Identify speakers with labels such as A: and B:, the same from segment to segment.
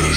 A: As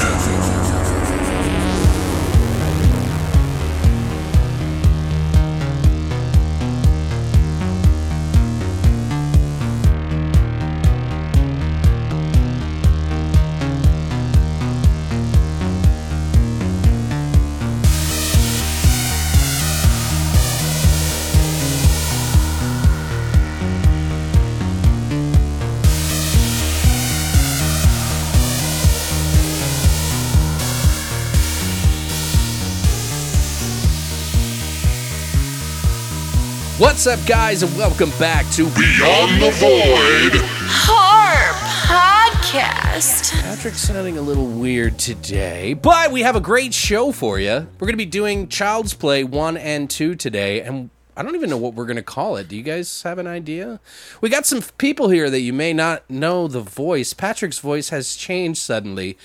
B: What's up, guys, and welcome back to
A: Beyond the void.
C: Horror Podcast.
B: Patrick sounding a little weird today, but we have a great show for you. We're going to be doing Child's Play 1 and 2 today, and I don't even know what we're going to call it. Do you guys have an idea? We got some people here that you may not know the voice. Patrick's voice has changed suddenly.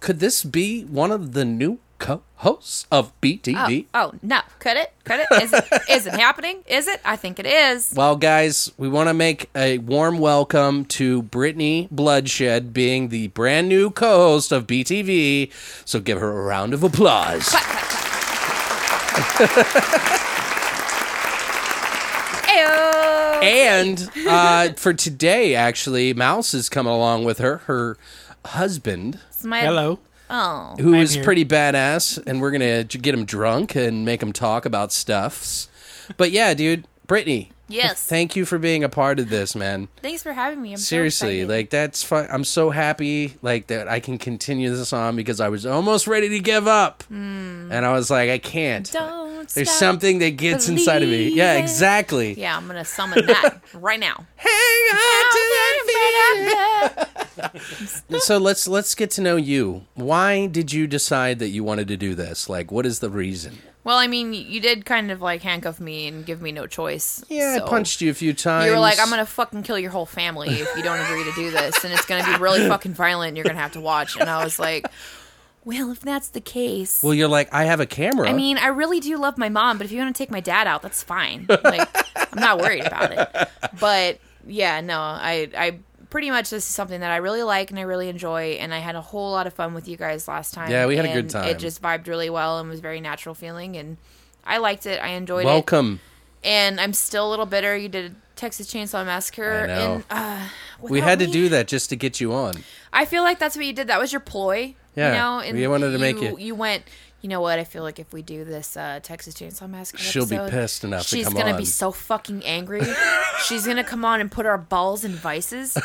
B: Could this be one of the new co hosts of
C: Oh,
B: BTV?
C: oh, no. Could it? Could it? Is it? Is it happening? Is it? I think it is.
B: Well, guys, we want to make a warm welcome to Brittany Bloodshed being the brand new co host of BTV. So give her a round of applause.
C: Ayo.
B: And uh, for today, actually, Mouse is coming along with her, her husband,
C: It's my-
D: Hello.
C: Oh.
B: who is
D: here.
B: pretty badass. And we're going to get him drunk and make him talk about stuffs. But yeah, dude, Brittany.
C: Yes.
B: Thank you for being a part of this, man.
C: Thanks for having me. I'm so
B: Seriously,
C: excited.
B: like that's fun. I'm so happy like that I can continue this on because I was almost ready to give up, and I was like, I can't.
C: Hmm. Don't
B: There's
C: stop
B: something that gets inside of me. Yeah,
C: believing.
B: exactly.
C: Yeah, I'm gonna summon that right now.
B: Hang on to that feeling. So let's let's get to know you. Why did you decide that you wanted to do this? Like, what is the reason?
C: Well, I mean, you did kind of like handcuff me and give me no choice.
B: Yeah,
C: so-
B: I punched you a few times.
C: You were like, I'm gonna fucking kill your whole family if you don't agree to do this, and it's gonna be really fucking violent. And you're gonna have to watch. And I was like, well, if that's the case,
B: Well, you're like, I have a camera.
C: I mean, I really do love my mom, but if you want to take my dad out, that's fine. Like, I'm not worried about it. But yeah, no, I, I pretty much this is something that I really like and I really enjoy, and I had a whole lot of fun with you guys last time.
B: Yeah, we had a good
C: and
B: time.
C: It just vibed really well and was very natural feeling, and I liked it. I enjoyed it
B: welcome.
C: and I'm still a little bitter. You did Texas Chainsaw Massacre,
B: I know.
C: and uh,
B: We
C: without
B: had to
C: me-
B: do that just to get you on.
C: I feel like that's what you did. That was your ploy.
B: Yeah,
C: you know? and
B: we wanted to make
C: you-
B: it-
C: You went. You know what? I feel like if we do this uh, Texas Chainsaw Massacre,
B: She'll be
C: episode,
B: pissed enough to
C: She's
B: come
C: gonna
B: on.
C: be so fucking angry. she's gonna come on and put our balls in vices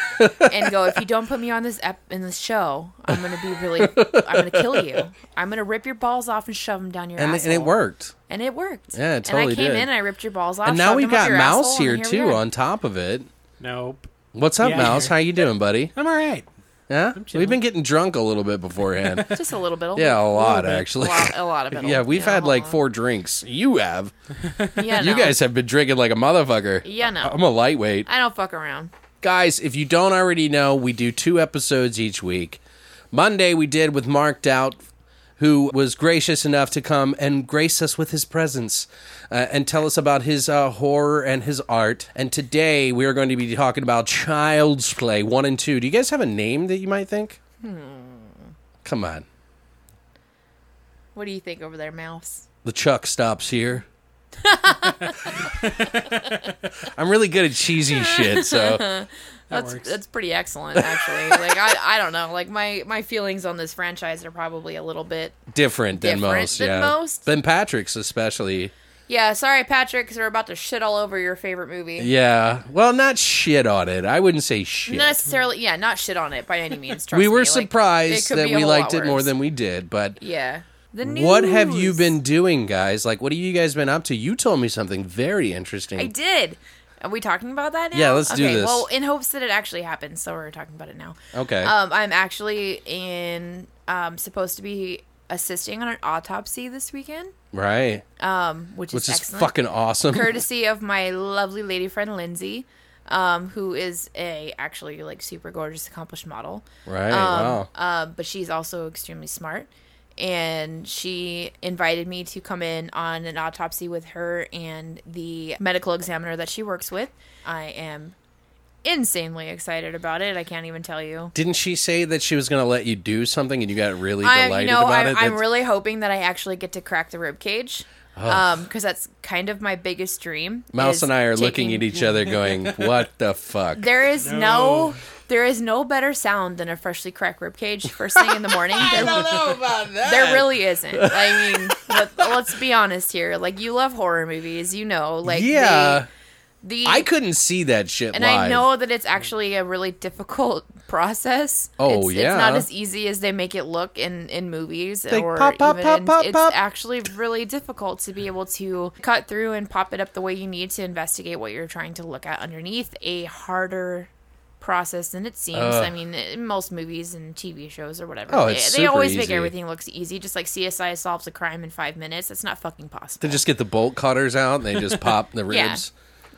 C: and go. If you don't put me on this ep- in this show, I'm gonna be really. I'm gonna kill you. I'm gonna rip your balls off and shove them down your.
B: And, and
C: asshole.
B: it worked.
C: And it worked.
B: Yeah, it
C: And
B: totally
C: I came
B: did.
C: in and I ripped your balls off.
B: and now
C: shoved
B: we've
C: them up
B: got
C: your
B: Mouse
C: asshole,
B: here,
C: and we
B: too
C: are.
B: on top of it.
D: Nope.
B: What's up,
D: Yeah.
B: Mouse? How you doing, buddy?
D: I'm all right.
B: Yeah, we've been getting drunk a little bit beforehand.
C: Just a little bit. a
B: yeah, a
C: little-
B: lot
D: bit.
B: actually.
C: a lot, a lot of it.
B: Yeah, we've had
C: a
B: like
C: lot.
B: four drinks. You have.
C: Yeah,
B: You
C: no.
B: guys have been drinking like a motherfucker.
C: Yeah, no.
B: I'm a lightweight.
C: I don't fuck around.
B: Guys, if you don't already know, we do two episodes each week. Monday we did with Mark Doubt, who was gracious enough to come and grace us with his presence uh, and tell us about his uh, horror and his art. And today we are going to be talking about Child's Play 1 and 2. Do you guys have a name that you might think? Come on.
C: What do you think over there, Mouse?
B: The Chuck stops here. I'm really good at cheesy shit, so
C: That's
D: works.
C: that's pretty excellent, actually. like I, I don't know. Like my my feelings on this franchise are probably a little bit.
B: different than
C: Different
B: most.
C: than
B: yeah,
C: most.
B: than Patrick's especially.
C: Yeah, sorry, Patrick, because we're about to shit all over your favorite movie.
B: Yeah, well, not shit on it. I wouldn't say shit.
C: Not necessarily, yeah, not shit on it by any means. Trust
B: we
C: me.
B: were
C: Like,
B: surprised
C: it could
B: that
C: be a
B: we
C: whole
B: liked
C: lot
B: it more
C: worse.
B: than we did, but.
C: yeah. The news.
B: What have you been doing, guys? Like, what have you guys been up to? You told me something very interesting.
C: I did. Are we talking about that now?
B: Yeah, let's do
C: okay,
B: this.
C: Well, in hopes that it actually happens, so we're talking about it now.
B: Okay.
C: Um, I'm actually in um supposed to be assisting on an autopsy this weekend,
B: Right.
C: um, which is
B: Which is
C: excellent.
B: fucking awesome.
C: courtesy of my lovely lady friend Lindsay, um, who is a actually like super gorgeous, accomplished model.
B: Right.
C: Um,
B: wow.
C: uh, but she's also extremely smart, and she invited me to come in on an autopsy with her and the medical examiner that she works with. I am insanely excited about it. I can't even tell you.
B: Didn't she say that she was going to let you do something and you got really
C: I
B: delighted
C: you know
B: about
C: I'm,
B: it?
C: I'm
B: That's-
C: really hoping that I actually get to crack the rib cage. Um, because that's kind of my biggest dream.
B: Mouse
C: is
B: and I are looking
C: taking-
B: at each other going, what the fuck?
C: There is no.
D: No.
C: there is no better sound than a freshly cracked rib cage first thing in the morning. There,
B: know about that.
C: there really isn't. I mean, let, let's be honest here. Like you love horror movies, you know. Like
B: yeah.
C: the, the
B: I couldn't see that shit
C: and
B: live.
C: I know that it's actually a really difficult process.
B: Oh,
C: it's,
B: yeah.
C: it's not as easy as they make it look in in movies
B: They
C: or
B: pop, pop,
C: even
B: pop,
C: in,
B: pop,
C: it's
B: pop.
C: actually really difficult to be able to cut through and pop it up the way you need to investigate what you're trying to look at underneath. A harder process than it seems. I mean, in most movies and TV shows or whatever,
B: Oh,
C: they,
B: it's
C: they
B: super
C: always make
B: easy.
C: everything looks easy. Just like CSI solves a crime in five minutes. It's not fucking possible.
B: They just get the bolt cutters out and they just pop the ribs.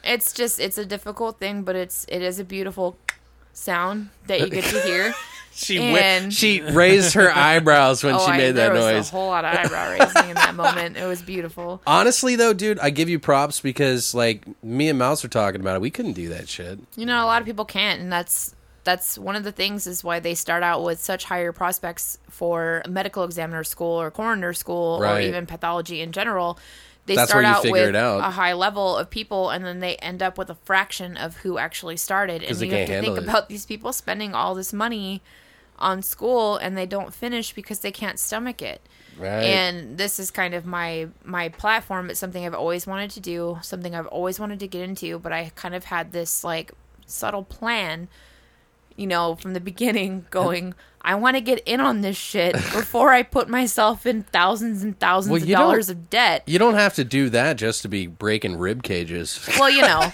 C: It's just it's a difficult thing, but it's it is a beautiful sound that you get to hear.
B: She
C: And- Oh,
B: went, she raised her eyebrows when she
C: I-
B: made that
C: there was
B: noise.
C: a whole lot of eyebrow raising in that moment. It was beautiful.
B: Honestly though, dude, I give you props because like me and Mouse were talking about it. We couldn't do that shit.
C: You know, a lot of people can't, and that's that's one of the things is why they start out with such higher prospects for medical examiner school or coroner school or
B: Right.
C: even pathology in general. They
B: That's
C: start
B: where you
C: out
B: figure
C: with
B: it out.
C: a high level of people, and then they end up with a fraction of who actually started. And
B: they
C: you
B: can't
C: have to think
B: handle it.
C: about these people spending all this money on school, and they don't finish because they can't stomach it
B: Right.
C: and this is kind of my my platform it's something i've always wanted to do something i've always wanted to get into but i kind of had this like subtle plan you know from the beginning going i want to get in on this shit before i put myself in thousands and thousands
B: Well,
C: of
B: you don't-
C: dollars of debt
B: you don't have to do that just to be breaking rib cages.
C: well, you know,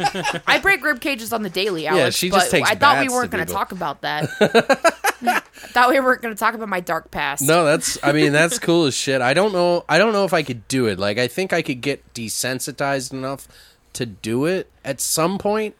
C: I break rib cages on the daily, Alex.
B: she
C: but
B: just takes
C: I thought we
B: baths to
C: weren't going to
B: people.
C: talk about that. I thought we weren't going to talk about my dark past.
B: No, that's I mean, that's cool as shit. I don't know I don't know if I could do it. Like I think I could get desensitized enough to do it at some point,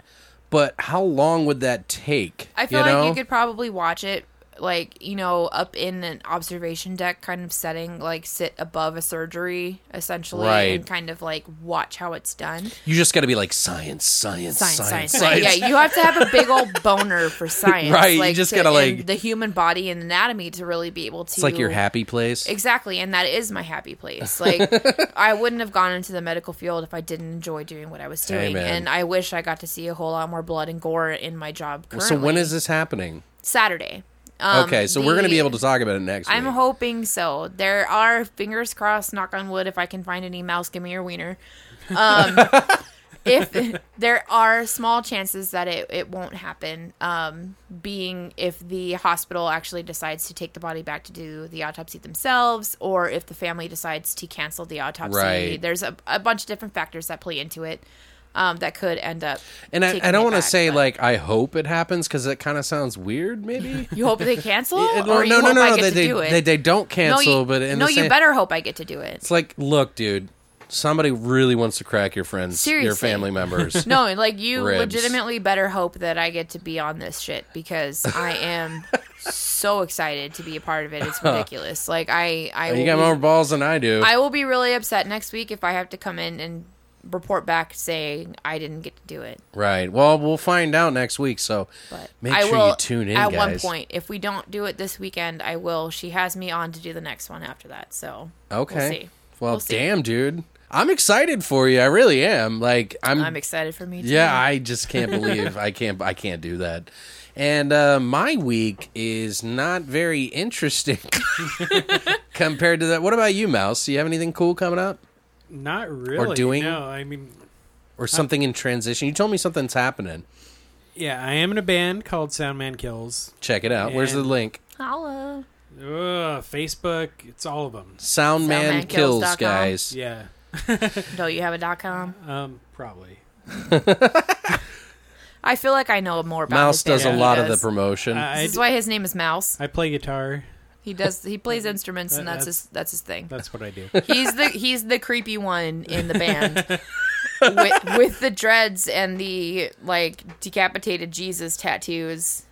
B: but how long would that take?
C: I feel
B: know?
C: like you could probably watch it like you know up in an observation deck kind of setting like sit above a surgery essentially
B: Right.
C: and kind of like watch how it's done
B: You just got to be like science, science,
C: science
B: science,
C: science,
B: science.
C: science. yeah you have to have a big old boner for science
B: Right, you just
C: to-
B: gotta,
C: and
B: like-
C: the human body and anatomy to really be able to
B: It's like your happy place.
C: exactly and that is my happy place like i wouldn't have gone into the medical field if i didn't enjoy doing what i was
B: Hey,
C: doing
B: man.
C: and i wish i got to see a whole lot more blood and gore in my job currently.
B: so when is this happening?
C: saturday um,
B: okay, so we're gonna be
C: the-
B: able to talk about it next
C: I'm
B: week.
C: hoping so. There are fingers crossed, knock on wood, if I can find any mouse, give me your wiener. Um, if there are small chances that it, it won't happen, um, being if the hospital actually decides to take the body back to do the autopsy themselves, or if the family decides to cancel the autopsy.
B: Right.
C: There's a, a bunch of different factors that play into it um, that could end up.
B: and I,
C: taking
B: I don't
C: it
B: want to
C: back,
B: say
C: but-
B: like I hope it happens because it kind of sounds weird, maybe.
C: you hope they cancel,
B: It-
C: or you
B: no, no,
C: hope
B: no,
C: I
B: no.
C: get
B: They,
C: to
B: they,
C: do it.
B: they they don't cancel,
C: no, you,
B: but in
C: no,
B: the same,
C: you better hope I get to do it.
B: it's like look, dude, somebody really wants to crack your friends, your
C: Seriously.
B: family members.
C: No, like you
B: Ribs.
C: legitimately better hope that I get to be on this shit because I am so excited to be a part of it. It's ridiculous. Like I, I,
B: you
C: will
B: got
C: be,
B: more balls than I do.
C: I will be really upset next week if I have to come in and report back saying I didn't get to do it.
B: right. Well, we'll find out next week. So
C: But
B: make
C: I
B: sure
C: will
B: you tune in,
C: at
B: guys.
C: one point. If we don't do it this weekend, I will. She has me on to do the next one after that. So
B: Okay.
C: we'll see.
B: Well,
C: We'll see.
B: damn, dude. I'm excited for you. I really am. Like I'm,
C: I'm excited for me. Too.
B: Yeah, I just can't believe I can't I can't do that. And uh, my week is not very interesting compared to that. What about you, Mouse? Do you have anything cool coming up
D: Not really.
B: doing-
D: No, I mean,
B: or something in transition? You told me something's happening.
D: yeah, I am in a band called Soundman Kills.
B: Check it out. Where's the
D: And-
B: link?
C: Holla.
D: Ugh, Facebook, it's all of them.
B: Soundman kills,
C: Soundmankills.com.
B: guys.
D: Yeah,
C: No, you have a dot com.
D: um, probably.
C: I feel like I know more about.
B: Mouse
C: his band
B: does a
C: than he
B: lot of the
C: does.
B: promotion.
D: I,
C: This is why his name is Mouse.
D: I play guitar.
C: He does. He plays instruments, and
D: That-
C: that's his that's his thing.
D: That's what I do.
C: He's the he's the creepy one in the band. with, with the dreads and the like decapitated Jesus tattoos,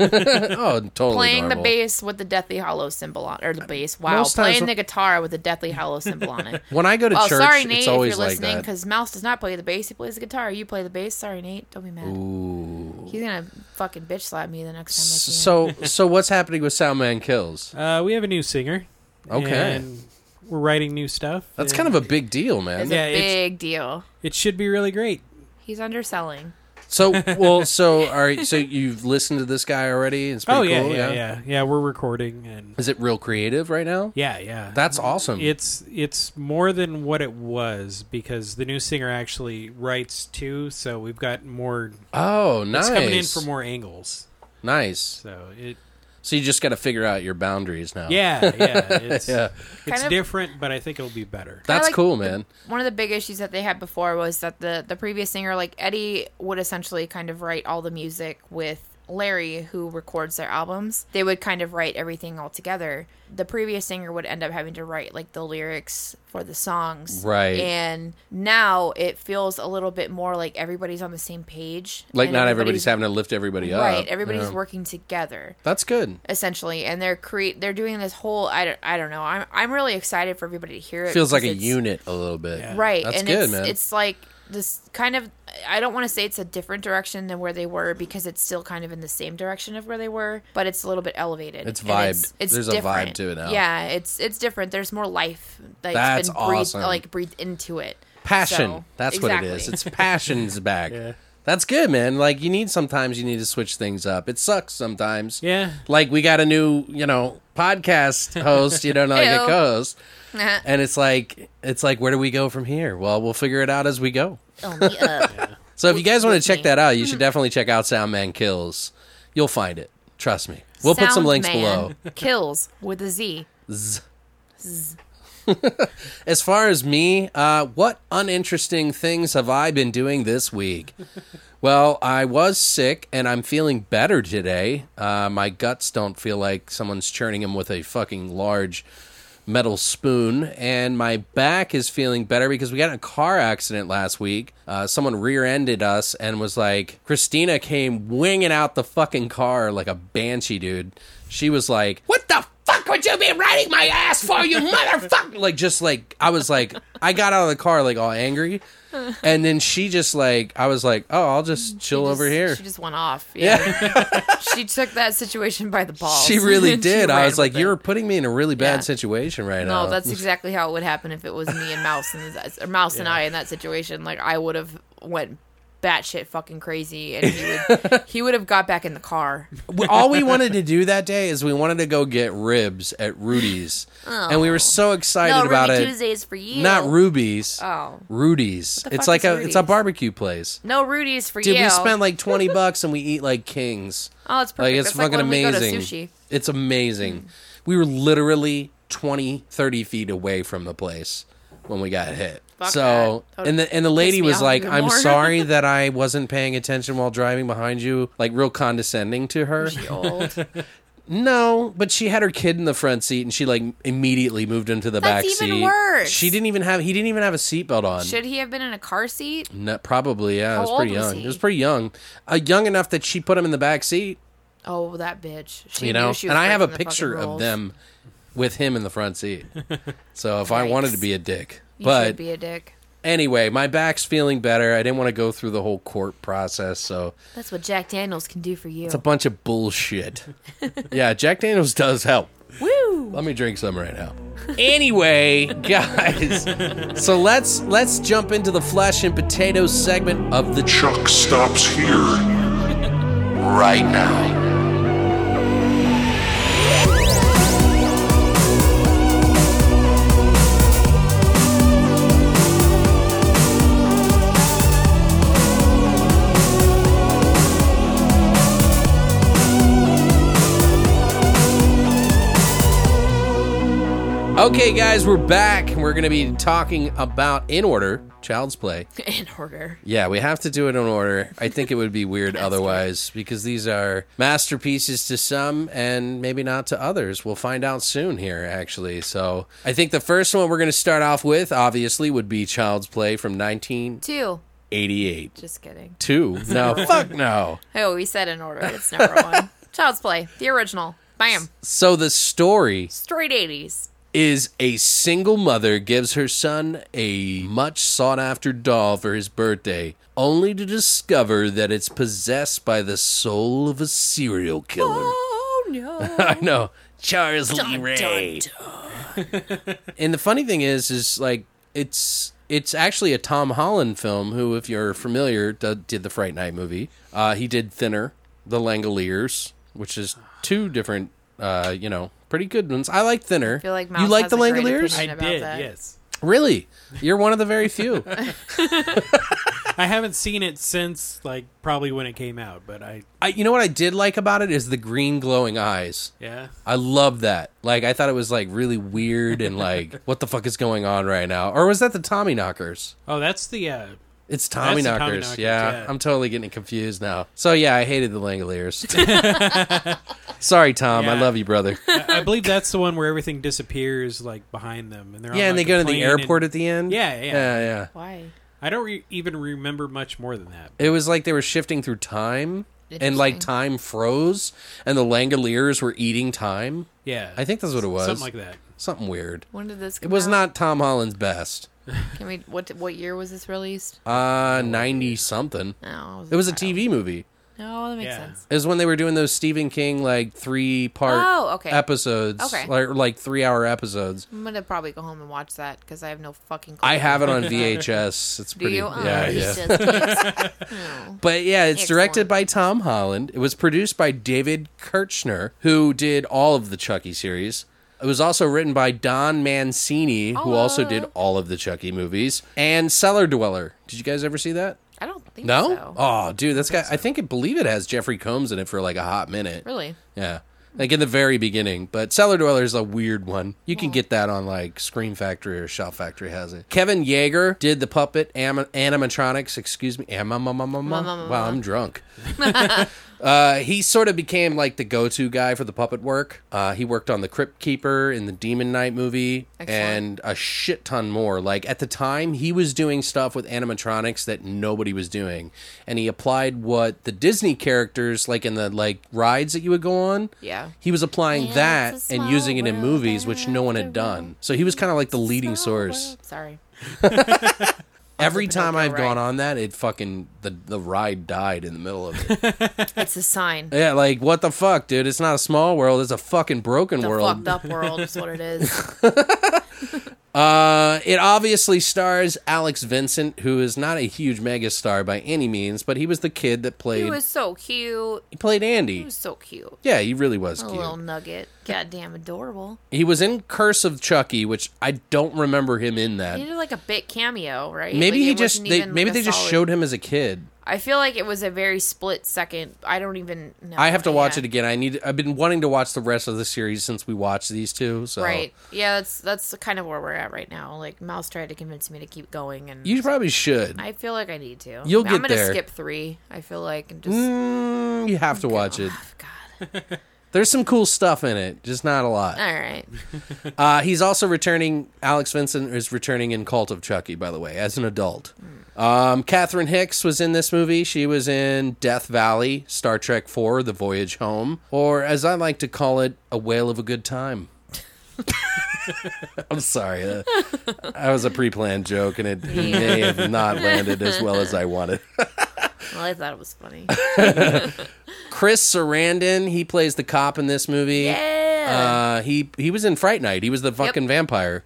B: Oh, totally.
C: playing the
B: normal.
C: bass with the Deathly Hollow symbol on, or the bass. Wow,
B: Most times
C: playing
B: when-
C: the guitar with the Deathly Hollow symbol on it.
B: When I go to
C: Oh,
B: church,
C: sorry, Nate,
B: it's
C: if
B: always
C: you're
B: like
C: listening,
B: that.
C: because Mouse does not play the bass. He plays the guitar. You play the bass. Sorry, Nate. Don't be mad. He's gonna fucking bitch slap me the next time I see him.
B: So, so what's happening with Soundman Kills?
D: Uh, we have a new singer.
B: Okay.
D: And we're writing new stuff.
B: That's
D: and
B: kind of a big deal, man.
C: it's
D: Yeah,
C: a
D: it's-
C: big deal.
D: It should be really great.
C: He's underselling.
B: So, well, so all right. So you've listened to this guy already? It's pretty
D: oh yeah,
B: cool.
D: yeah, yeah, yeah, We're recording and
B: Is it real creative right now?
D: yeah, yeah.
B: That's awesome.
D: it's it's more than what it was because the new singer actually writes too, so we've got more
B: oh,
D: it's
B: nice.
D: coming in from more angles.
B: Nice.
D: So it
B: So you just got to figure out your boundaries now.
D: yeah, yeah. It's
B: Yeah.
D: it's
C: Kind of-
D: different, but I think it'll be better.
B: That's
C: like
B: cool,
C: the-
B: man.
C: One of the big issues that they had before was that the the previous singer, like Eddie, would essentially kind of write all the music with Larry, who records their albums. They would kind of write everything all together. The previous singer would end up having to write like the lyrics for the songs,
B: Right.
C: And now it feels a little bit more like everybody's on the same page.
B: Like,
C: and
B: not everybody's having to lift everybody up.
C: right. Everybody's uh,
B: Yeah.
C: working together
B: That's good.
C: essentially and they're create they're doing this whole I don't, I don't know I'm, I'm really excited for everybody to hear it
B: Feels like a
C: because it's-
B: unit a little bit.
C: right
B: That's
C: and
B: good,
C: it's,
B: man.
C: it's like this kind of i don't want to say it's a different direction than where they were because it's still kind of in the same direction of where they were but it's a little bit elevated
B: It's
C: and it's,
B: vibed.
C: it's
B: There's a vibe
C: different.
B: to it now.
C: yeah it's it's different there's more life that's,
B: That's
C: been breathed,
B: awesome.
C: like breathed into it
B: passion.
C: So-
B: That's
C: exactly.
B: what it is. It's passion's back. That's good, man. Like you need sometimes you need to switch things up. It sucks sometimes.
D: Yeah.
B: Like we got a new, you know, podcast host, you know, like a
C: Ew.
B: co-host. And it's like it's like where do we go from here? Well, we'll figure it out as we go.
C: Fill me up.
B: So if you guys want to check
C: me. Hmm.
B: that out, you should definitely check out Soundman Kills. You'll find it. Trust me. We'll put some
C: Sound
B: links
C: man
B: below.
C: kills with a z
B: As far as me, uh, what uninteresting things have I been doing this week? well, I was sick and I'm feeling better today. Uh, my guts don't feel like someone's churning them with a fucking large metal spoon. And my back is feeling better because we got in a car accident last week. Uh, someone rear ended us and was like, Christina came winging out the fucking car like a banshee, dude. She was like, What the fuck would you be riding my ass for, you motherfucker? Like, just like, I was like, I got out of the car, like, all angry. And then she just, like, I was like, oh, I'll just chill over
C: Just-
B: here.
C: she just went off yeah, she took that situation by the balls
B: She really
C: and
B: did. I
C: ran
B: was like,
C: with it.
B: you're putting me in a really bad
C: Yeah.
B: situation right now.
C: No, Oh, that's exactly how it would happen if it was me and Mouse and or Mouse and I in that situation. Like I would have went batshit fucking crazy, and he would he would have got back in the car.
B: We- all we wanted to do that day is we wanted to go get ribs at Rudy's, and we were so excited
C: No,
B: about
C: Ruby
B: it.
C: Tuesdays for you.
B: Not Ruby's.
C: Oh.
B: Rudy's.
C: the
B: It's
C: fuck
B: like
C: is
B: a it's a
C: Rudy's?
B: barbecue place.
C: No Rudy's for
B: Dude,
C: you.
B: we spent like twenty bucks and we eat like kings.
C: Oh, it's
B: Like
C: perfect.
B: it's
C: That's like
B: fucking
C: when we go to
B: amazing.
C: sushi. Mm.
B: It's amazing. We were literally 20, 30 feet away from the place when we got hit.
C: Fuck
B: so
C: that. That
B: and the and the lady
C: me
B: was
C: off
B: like,
C: even
B: I'm
C: more."
B: sorry that I wasn't paying attention while driving behind you, like real condescending to her.
C: She old.
B: No, but she had her kid in the front seat, and she like immediately moved into the
C: That's
B: back seat.
C: even worse.
B: She didn't even have. He didn't even have a seatbelt on.
C: Should he have been in a car seat?
B: No, probably, yeah. it was
C: old
B: pretty
C: was
B: young.
C: he?
B: It was pretty young, uh, young enough that she put him in the back seat.
C: Oh, that bitch. She
B: you know,
C: knew she was
B: and I have a
C: breaking the
B: picture
C: fucking
B: of
C: rules.
B: them with him in the front seat. so if I wanted to
C: Yikes.
B: be a dick,
C: You
B: but
C: should be a dick.
B: anyway, my back's feeling better. I didn't want to go through the whole court process, so
C: That's what Jack Daniels can do for you.
B: it's a bunch of bullshit. yeah, Jack Daniels does help.
C: Woo!
B: Let me drink some right now. Anyway, guys, so let's let's jump into the flesh and potatoes segment of the
A: Chuck stops here. Right now.
B: Okay, guys, we're back and we're going to be talking about in order Child's Play.
C: in order.
B: Yeah, we have to do it in order. I think it would be weird otherwise because these are masterpieces to some and maybe not to others. We'll find out soon here, actually. So I think the first one we're going to start off with, obviously, would be Child's Play from 1988.
C: Two. Just kidding.
B: Two. No, fuck no.
C: Oh, we said in order. It's number one. Child's Play, the original. Bam.
B: So the story
C: Straight 80s.
B: is a single mother gives her son a much sought after doll for his birthday, only to discover that it's possessed by the soul of a serial killer.
C: Oh, no.
B: I know. Charles Lee Ray. and the funny thing is, is like it's it's actually a Tom Holland film. Who, if you're familiar, d- did the Fright Night movie. Uh, he did Thinner, The Langoliers, which is two different, uh, you know, pretty good ones. I like Thinner.
C: feel like
B: you
C: Mouse
B: like
C: has
B: The
C: a great
B: Langoliers?
D: I
C: About
D: did,
C: that.
D: yes.
B: Really? You're one of the very few.
D: I haven't seen it since, like, probably when it came out, but I,
B: I, you know what I did like about it is the green glowing eyes.
D: yeah.
B: I love that. Like I thought it was like really weird and like what the fuck is going on right now? Or was that the Tommy Knockers?
D: Oh, that's the, uh,
B: It's Tommy
D: the
B: Knockers.
D: Tommy Knockers,
B: yeah.
D: yeah.
B: I'm totally getting confused now. So yeah, I hated the Langoliers. Sorry, Tom. I
D: Yeah.
B: love you, brother.
D: I I believe that's the one where everything disappears, like, behind them. And they're on,
B: yeah, and they
D: like,
B: go
D: a
B: to the
D: plane and-
B: airport at the end.
D: Yeah, yeah.
B: yeah, yeah.
C: Why?
D: I don't re- even remember much more than that.
B: It was like they were shifting through time, and like
C: Interesting.
B: time froze, and the Langoliers were eating time.
D: Yeah.
B: I think that's what it was.
D: Something like that.
B: Something weird.
C: When did this
B: It
C: come
B: was
C: out?
B: not Tom Holland's best.
C: Can we, what, what year was this released?
B: Uh, ninety something.
C: No.
B: It was a
C: child.
B: TV movie.
C: No, that makes
D: Yeah.
C: sense.
B: It was when they were doing those Stephen King like three part
C: Oh, okay.
B: episodes,
C: Okay.
B: like like three hour episodes.
C: I'm going to probably go home and watch that because I have no fucking clue.
B: I have it on VHS. It's
C: Do
B: pretty.
C: you? Oh,
B: Yeah,
C: he's
B: yeah.
C: just- oh.
B: But yeah, it's directed
C: Excellent.
B: by Tom Holland. It was produced by David Kirchner, who did all of the Chucky series. It was also written by Don Mancini,
C: Oh,
B: who
C: uh-huh.
B: also did all of the Chucky movies and Cellar Dweller. Did you guys ever see that?
C: I don't think
B: No.
C: so.
B: Oh, dude, that's got. I think I believe it has Jeffrey Combs in it for like a hot minute.
C: Really?
B: Yeah. Like in the very beginning, but Cellar Dweller is a weird one. You can get that on like Scream Factory or Shout Factory has it. Kevin Yeager did the puppet am- animatronics, excuse me, am- am- am- am- am-
C: ma-
B: wow, I'm drunk. uh, he sort of became like the go-to guy for the puppet work. Uh, he worked on the Crypt Keeper in the Demon Knight movie
C: Excellent.
B: and a shit ton more. Like at the time, he was doing stuff with animatronics that nobody was doing, and he applied what the Disney characters like in the like rides that you would go on.
C: Yeah.
B: he was applying
C: Yeah,
B: that
C: it's a
B: and
C: small
B: using it in
C: world
B: movies, which no one had
C: after all.
B: done. So he was kind of like the leading source.
C: Sorry.
B: Every time
C: Pinocchio
B: I've gone
C: ride.
B: on that, it fucking the the ride died in the middle of it.
C: It's a sign.
B: Yeah, like what the fuck, dude? It's not a small world. It's a fucking broken
C: The
B: world.
C: fucked up world is what it is.
B: Uh, it obviously stars Alex Vincent, who is not a huge megastar by any means, but he was the kid that
C: he
B: played. He,
C: was so cute.
B: played
C: He
B: Andy.
C: was so cute.
B: Yeah, he really was
C: A
B: cute.
C: little nugget. Goddamn adorable.
B: He was in Curse of Chucky, which I don't remember him in that.
C: He did like a bit cameo, right?
B: Maybe
C: Like,
B: he
C: it
B: just
C: wasn't
B: they,
C: even,
B: maybe
C: like,
B: they
C: a
B: just
C: solid-
B: showed him as a kid.
C: I feel like it was a very split second. I don't even know.
B: I have to watch
C: Yeah.
B: it again. I need. I've been wanting to watch the rest of the series since we watched these two. So
C: Right. Yeah, that's that's kind of where we're at right now. Like Mouse tried to convince me to keep going and
B: you probably should.
C: I feel like I need to.
B: You'll
C: I'm
B: get
C: gonna
B: there.
C: skip three, I feel like, and just
B: Mm, you have to watch it.
C: Oh God.
B: There's some cool stuff in it, just not a lot.
C: All right.
B: Uh, he's also returning. Alex Vincent is returning in Cult of Chucky, by the way, as an adult. Um, Catherine Hicks was in this movie. She was in Death Valley, Star Trek IV, The Voyage Home, or as I like to call it, A Whale of a Good Time. I'm sorry. uh, That was a pre planned joke, and it may have not landed as well as I wanted.
C: Well, I thought it was funny.
B: Chris Sarandon, he plays the cop in this movie.
C: Yeah.
B: Uh, he he was in Fright Night. He was the fucking vampire.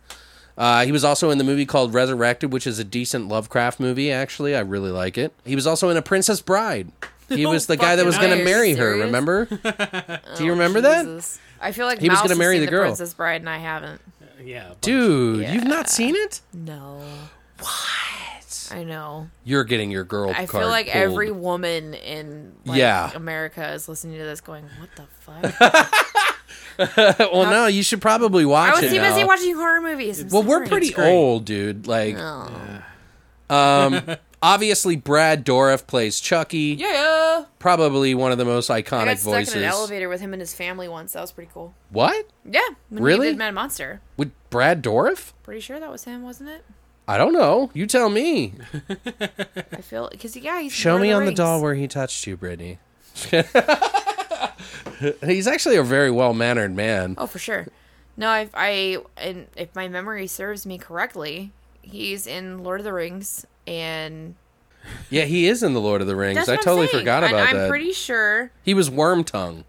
B: Uh, he was also in the movie called Resurrected, which is a decent Lovecraft movie. Actually, I really like it. He was also in A Princess Bride. He
D: No
B: was the guy that was going
C: Oh, fucking
B: to
C: way.
B: marry
C: Are you
B: her.
C: serious? Oh,
B: Remember? Do you remember that,
C: Jesus. I feel like
B: He was
C: Mouse
B: gonna
C: has
B: marry
C: seen
B: the girl.
C: Princess Bride, and I haven't.
D: Yeah. but-
B: dude? You've not seen it?
C: No. What? I know.
B: You're getting your girl.
C: I
B: card
C: feel like
B: pulled.
C: every woman in like,
B: Yeah.
C: America is listening to this, going, "What the fuck?"
B: well, no, you should probably watch
C: I was
B: it.
C: too busy
B: now.
C: watching horror movies. I'm
B: well, we're
C: sorry.
B: pretty
D: great.
B: old, dude. Like,
C: Oh.
B: um, Obviously, Brad Dourif plays Chucky,
C: Yeah.
B: probably one of the most
C: I
B: iconic
C: got stuck
B: voices.
C: in an elevator with him and his family once. That was pretty cool.
B: What?
C: Yeah. when he
B: Really?
C: did Mad Monster.
B: With Brad Dourif?
C: Pretty sure that was him, wasn't it?
B: I don't know. You tell me.
C: I feel because yeah, he's
B: Show
C: Lord of
B: me on the
C: Rings.
B: doll where he touched you, Brittany. He's actually a very well mannered man.
C: Oh, for sure. No, if I and if my memory serves me correctly, he's in Lord of the Rings, and
B: Yeah, he is in The Lord of the Rings.
C: that's
B: I
C: what I'm
B: totally
C: saying.
B: forgot
C: And
B: about
C: I'm
B: that.
C: pretty sure
B: He was Worm Tongue.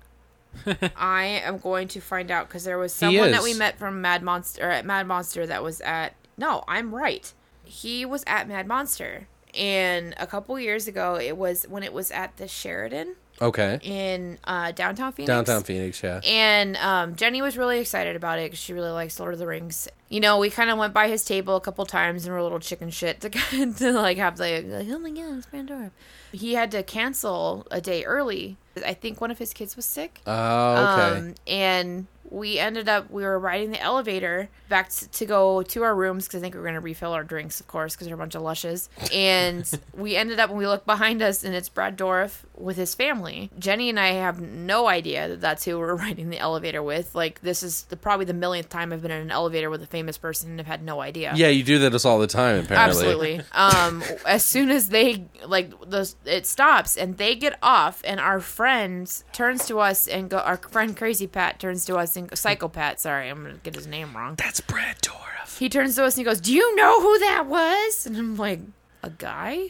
C: I am going to find out because there was
B: He
C: someone that
B: is.
C: we met from Mad Monster or at Mad Monster that was at. No, I'm right. He was at Mad Monster, and a couple years ago, it was when it was at the Sheridan
B: Okay.
C: in uh, downtown Phoenix.
B: Downtown Phoenix, yeah.
C: And um, Jenny was really excited about it because she really likes Lord of the Rings. You know, we kind of went by his table a couple times and were a little chicken shit to, to like have the like, oh my god, it's Pandora. He had to cancel a day early. I think one of his kids was sick.
B: Oh, okay.
C: Um, and we ended up we were riding the elevator back t- to go to our rooms because I think we were gonna refill our drinks, of course, because they're a bunch of lushes. And we ended up when we looked behind us, and it's Brad Dorff with his family. Jenny and I have no idea that that's who we're riding the elevator with. Like this is the, probably the millionth time I've been in an elevator with a famous person and have had no idea.
B: yeah, you do this all the time, apparently.
C: Absolutely. Um, as soon as they like the it stops and they get off, and our friend turns to us and go. Our friend Crazy Pat turns to us and Psycho Pat. Sorry, I'm gonna get his name wrong.
B: That's Brad Dorff.
C: He turns to us and he goes, "Do you know who that was?" And I'm like. A guy,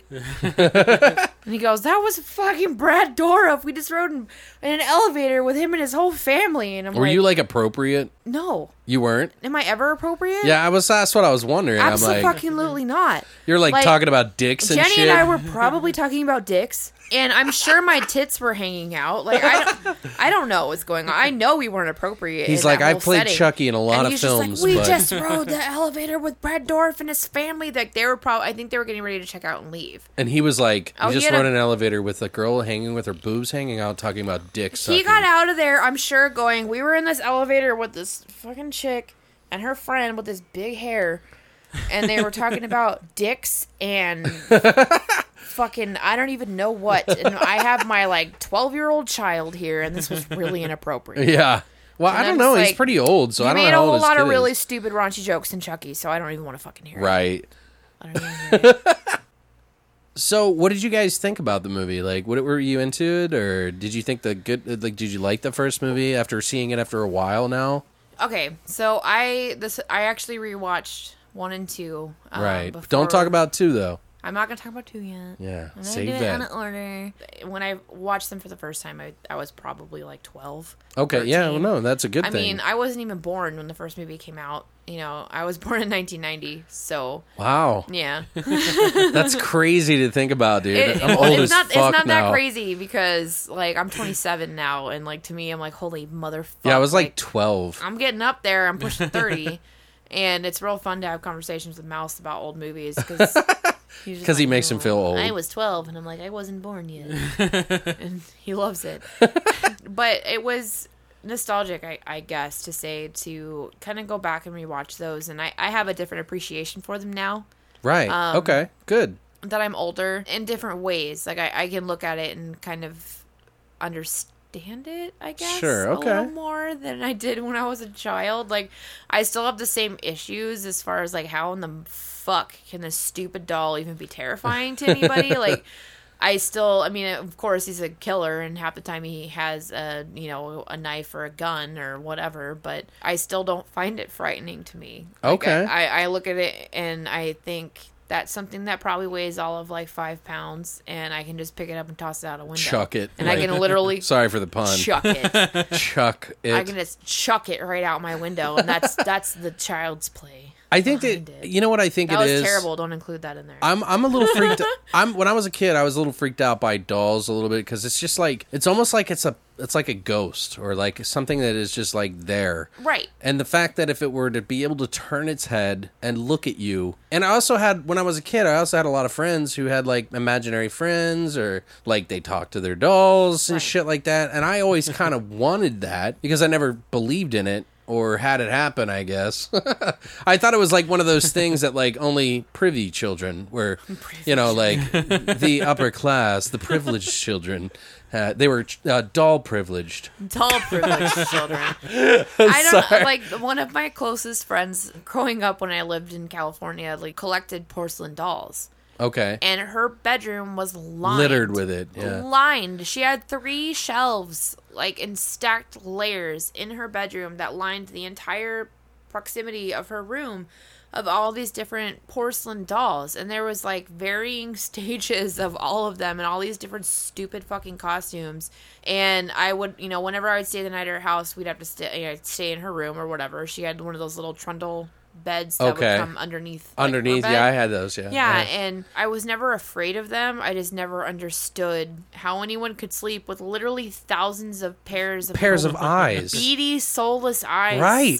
C: and he goes, "That was fucking Brad Dorff. We just rode in, in an elevator with him and his whole family." And I'm
B: Were
C: like,
B: you like appropriate?
C: "No,
B: You weren't?
C: am I ever appropriate?
B: Yeah, I was that's what I was wondering. I'm like
C: absolutely not."
B: you're like,
C: Like,
B: talking about dicks and
C: Jenny
B: shit.
C: and I were probably talking about dicks, and I'm sure my tits were hanging out. Like I, don't, I don't know what's going on. I know we weren't appropriate.
B: He's
C: in
B: like,
C: that
B: I
C: whole
B: played
C: setting."
B: Chucky in a lot
C: And
B: of
C: he's
B: films,
C: Just like, we
B: but-"
C: just rode the elevator with Brad Dorff and his family. Like they were probably, I think they were getting ready to check out and leave.
B: and he was like
C: Oh,
B: he
C: he
B: just
C: had a-
B: rode an elevator with a girl hanging with her boobs hanging out talking about dicks.
C: He got out of there, I'm sure, going. We were in this elevator with this fucking chick and her friend with this big hair, and they were talking about dicks and fucking I don't even know what. And I have my like 12 year old child here, and this was really inappropriate.
B: Yeah. Well, I
C: And
B: don't
C: I'm
B: know.
C: just
B: He's
C: like,
B: pretty old, so I
C: You
B: don't know.
C: made a
B: how old
C: whole
B: his
C: lot of
B: kid
C: really
B: is.
C: stupid, raunchy jokes in Chucky, so I don't even want to fucking hear it.
B: right.
C: I don't even wanna hear it.
B: So, what did you guys think about the movie? Like, what were you into it, or did you think the good? Like, did you like the first movie after seeing it after a while now?
C: okay, so I this I actually rewatched one and two. Um,
B: right.
C: before-
B: Don't talk about two though.
C: I'm not gonna talk about two yet.
B: Yeah.
C: I'm gonna do
B: Save
C: it on an
B: that.
C: order. When I watched them for the first time, I, I was probably like 12.
B: Okay. Yeah.
C: 13.
B: Well, no, that's a good
C: I
B: thing.
C: mean, I wasn't even born when the first movie came out. You know, I was born in 1990, so
B: wow,
C: yeah.
B: that's crazy to think about, dude.
C: It-
B: I'm
C: well,
B: old
C: it's
B: as
C: not,
B: fuck
C: It's not
B: now.
C: that crazy because like I'm 27 now, and like to me, I'm like, holy motherfucker.
B: Yeah, I was like 12.
C: I'm getting up there. I'm pushing 30. And it's real fun to have conversations with Mouse about old movies because
B: 'Cause he makes him feel old."
C: I was 12, and I'm like, I wasn't born yet, and he loves it. but it was nostalgic, I, I guess, to say to kind of go back and rewatch those, and I, I have a different appreciation for them now
B: Right.
C: um,
B: okay. Good.
C: that I'm older in different ways. Like I, I can look at it and kind of understand it, I guess.
B: Sure, okay.
C: A little more than I did when I was a child. Like I still have the same issues as far as like how in the fuck can this stupid doll even be terrifying to anybody? like I still, I mean, of course, he's a killer, and half the time he has a, you know, a knife or a gun or whatever. But I still don't find it frightening to me. Like,
B: Okay.
C: I, I look at it and I think that's something that probably weighs all of like five pounds, and I can just pick it up and toss it out a window.
B: Chuck it.
C: And I
B: Like,
C: can literally
B: Sorry for the pun.
C: chuck it.
B: Chuck it.
C: e I can just chuck it right out my window, and that's that's the child's play.
B: I think that
C: behind it.
B: you know what I think
C: That
B: it
C: was
B: is?
C: terrible. Don't include that in there.
B: I'm I'm a little freaked. I'm when I was a kid, I was a little freaked out by dolls a little bit because it's just like it's almost like it's a it's like a ghost or like something that is just like there.
C: Right.
B: And the fact that if it were to be able to turn its head and look at you, and I also had when I was a kid, I also had a lot of friends who had like imaginary friends or like they talked to their dolls and
C: Right.
B: shit like that. And I always kind of wanted that because I never believed in it. or had it happen, I guess. I thought it was like one of those things that like only privy children were, you know, like the upper class, the privileged children. Uh, they were uh, doll privileged.
C: Tall privileged children. I don't like one of my closest friends growing up when I lived in California like collected porcelain dolls.
B: Okay.
C: And her bedroom was lined
B: Littered with it. Yeah.
C: lined. She had three shelves, like in stacked layers in her bedroom that lined the entire proximity of her room of all these different porcelain dolls. And there was like varying stages of all of them and all these different stupid fucking costumes. And I would, you know, whenever I would stay the night at her house, we'd have to stay, you know, I'd stay in her room or whatever. She had one of those little trundle beds that
B: Okay.
C: would come underneath like, her
B: Underneath.
C: bed.
B: Yeah, I had those. Yeah. Uh-huh.
C: Yeah, and I was never afraid of them. I just never understood how anyone could sleep with literally thousands of pairs of
B: Pairs of eyes.
C: beady, soulless eyes
B: Right.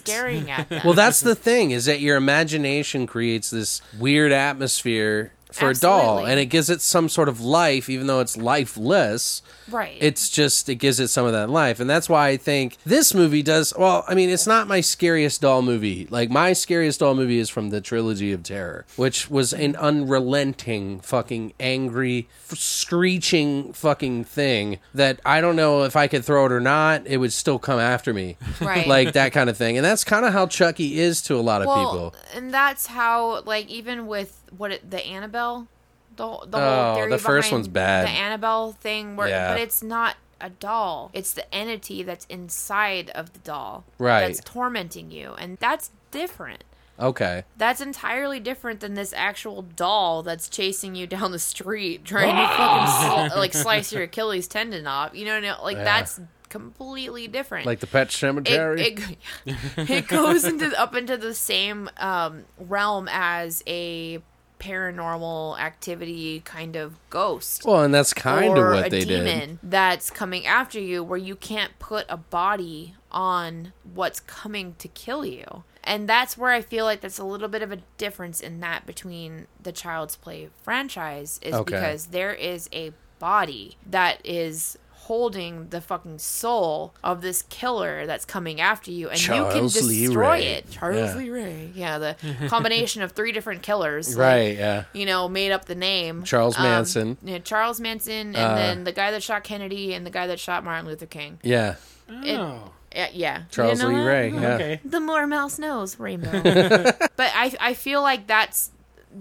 C: staring at them.
B: Well, that's the thing is that your imagination creates this weird atmosphere for a doll,
C: Absolutely.
B: and it gives it some sort of life, even though it's lifeless.
C: right.
B: It's just it gives it some of that life, and that's why I think this movie does. Well, I mean, it's not my scariest doll movie. Like my scariest doll movie is from the trilogy of terror, which was an unrelenting, fucking angry, f- screeching, fucking thing that I don't know if I could throw it or not. It would still come after me,
C: Right.
B: like that kind of thing, and that's kind of how Chucky is to a lot of people.
C: and that's how like even with what it, the Annabelle, the whole- the whole
B: Oh,
C: theory
B: the first
C: behind
B: one's bad.
C: The Annabelle thing, where
B: Yeah.
C: but it's not a doll; it's the entity that's inside of the doll,
B: Right.
C: That's tormenting you, and that's different.
B: Okay,
C: That's entirely different than this actual doll that's chasing you down the street trying to fucking sl- like slice your Achilles tendon off. You know, what I mean? like that's completely different.
B: like the Pet Cemetery.
C: it, it, it goes into up into the same um, realm as a paranormal activity kind of ghost
B: well, and that's kind
C: or
B: of what
C: a
B: they did.
C: demon that's coming after you where you can't put a body on what's coming to kill you and that's where i feel like that's a little bit of a difference in that between the child's play franchise is
B: Okay.
C: because there is a body that is holding the fucking soul of this killer that's coming after you and you can
B: Charles Lee
C: destroy
B: Ray.
C: it charles
B: Yeah.
C: lee ray yeah the combination of three different killers like,
B: Right, yeah.
C: you know, made up the name.
B: Charles
C: Um,
B: Manson. Uh,
C: yeah, Charles Manson, and then the guy that shot Kennedy and the guy that shot Martin Luther King.
B: Yeah,
D: Oh,
C: Uh, yeah. You
B: Charles
C: didn't
B: Lee
C: know that?
B: Ray. Yeah.
D: okay.
C: The more mouse knows, rainbow. but I, I feel like that's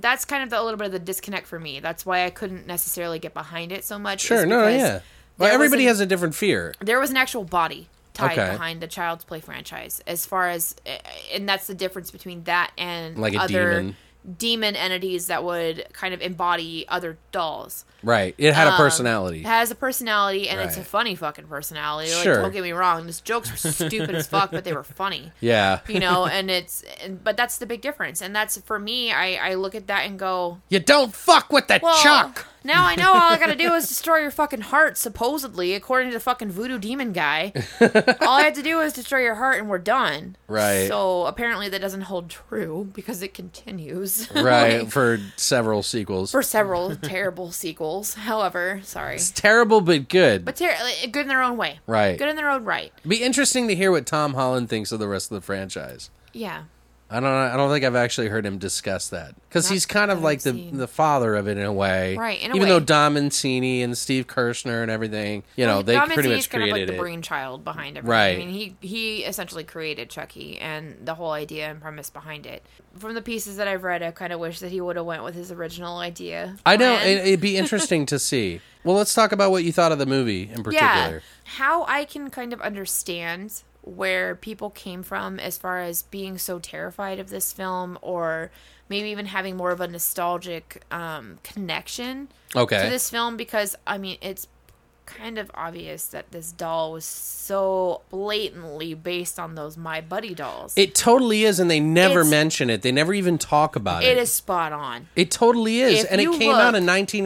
C: that's kind of the, a little bit of the disconnect for me. That's why I couldn't necessarily get behind it so much.
B: Sure,
C: is
B: no, no,
C: because
B: yeah. Well,
C: there
B: everybody
C: was
B: has a different fear.
C: There was an actual body tied
B: Okay.
C: behind the Child's Play franchise, as far as, eh, and that's the difference between that and
B: Like a
C: other
B: demon.
C: demon entities that would kind of embody other dolls.
B: Right. It had a
C: Um,
B: personality.
C: has a personality, and it's a
B: Right.
C: funny fucking personality. Like,
B: Sure.
C: don't get me wrong, these jokes were stupid as fuck, but they were funny.
B: yeah.
C: You know, and it's, and, but that's the big difference, and that's for me. I I look at that and go,
B: You don't fuck with the
C: well,
B: chuck.
C: now I know all I gotta do is destroy your fucking heart, supposedly, according to the fucking voodoo demon guy. all I have to do is destroy your heart, and we're done.
B: Right.
C: So apparently that doesn't hold true because it continues.
B: Right.
C: Like,
B: for several sequels.
C: for several terrible sequels. However, sorry.
B: it's terrible but good.
C: But ter- like, eh, good in their own way.
B: Right.
C: Good in their own right.
B: Be interesting to hear what Tom Holland thinks of the rest of the franchise.
C: Yeah.
B: I don't. I don't think I've actually heard him discuss that because he's kind of
C: that
B: like
C: I've
B: the
C: seen.
B: the father of it in a way,
C: Right, in a
B: Even
C: way.
B: though Don Mancini and Steve Kirshner and everything, you know, they
C: Dom
B: pretty
C: Mancini's
B: much
C: kind of
B: created
C: like
B: it.
C: the brainchild behind everything.
B: Right.
C: I mean, he he essentially created Chucky and the whole idea and premise behind it. From the pieces that I've read, I kind of wish that he would have went with his original idea.
B: I know
C: plan.
B: it, it'd be interesting to see. Well, let's talk about what you thought of the movie in particular.
C: How I can kind of understand where people came from as far as being so terrified of this film or maybe even having more of a nostalgic um, connection
B: Okay.
C: to this film because I mean it's kind of obvious that this doll was so blatantly based on those My Buddy dolls.
B: It totally is, and they never
C: It's-
B: mention it. They never even talk about it.
C: it is spot on.
B: It totally is,
C: If
B: and it
C: you
B: came out
C: look-
B: in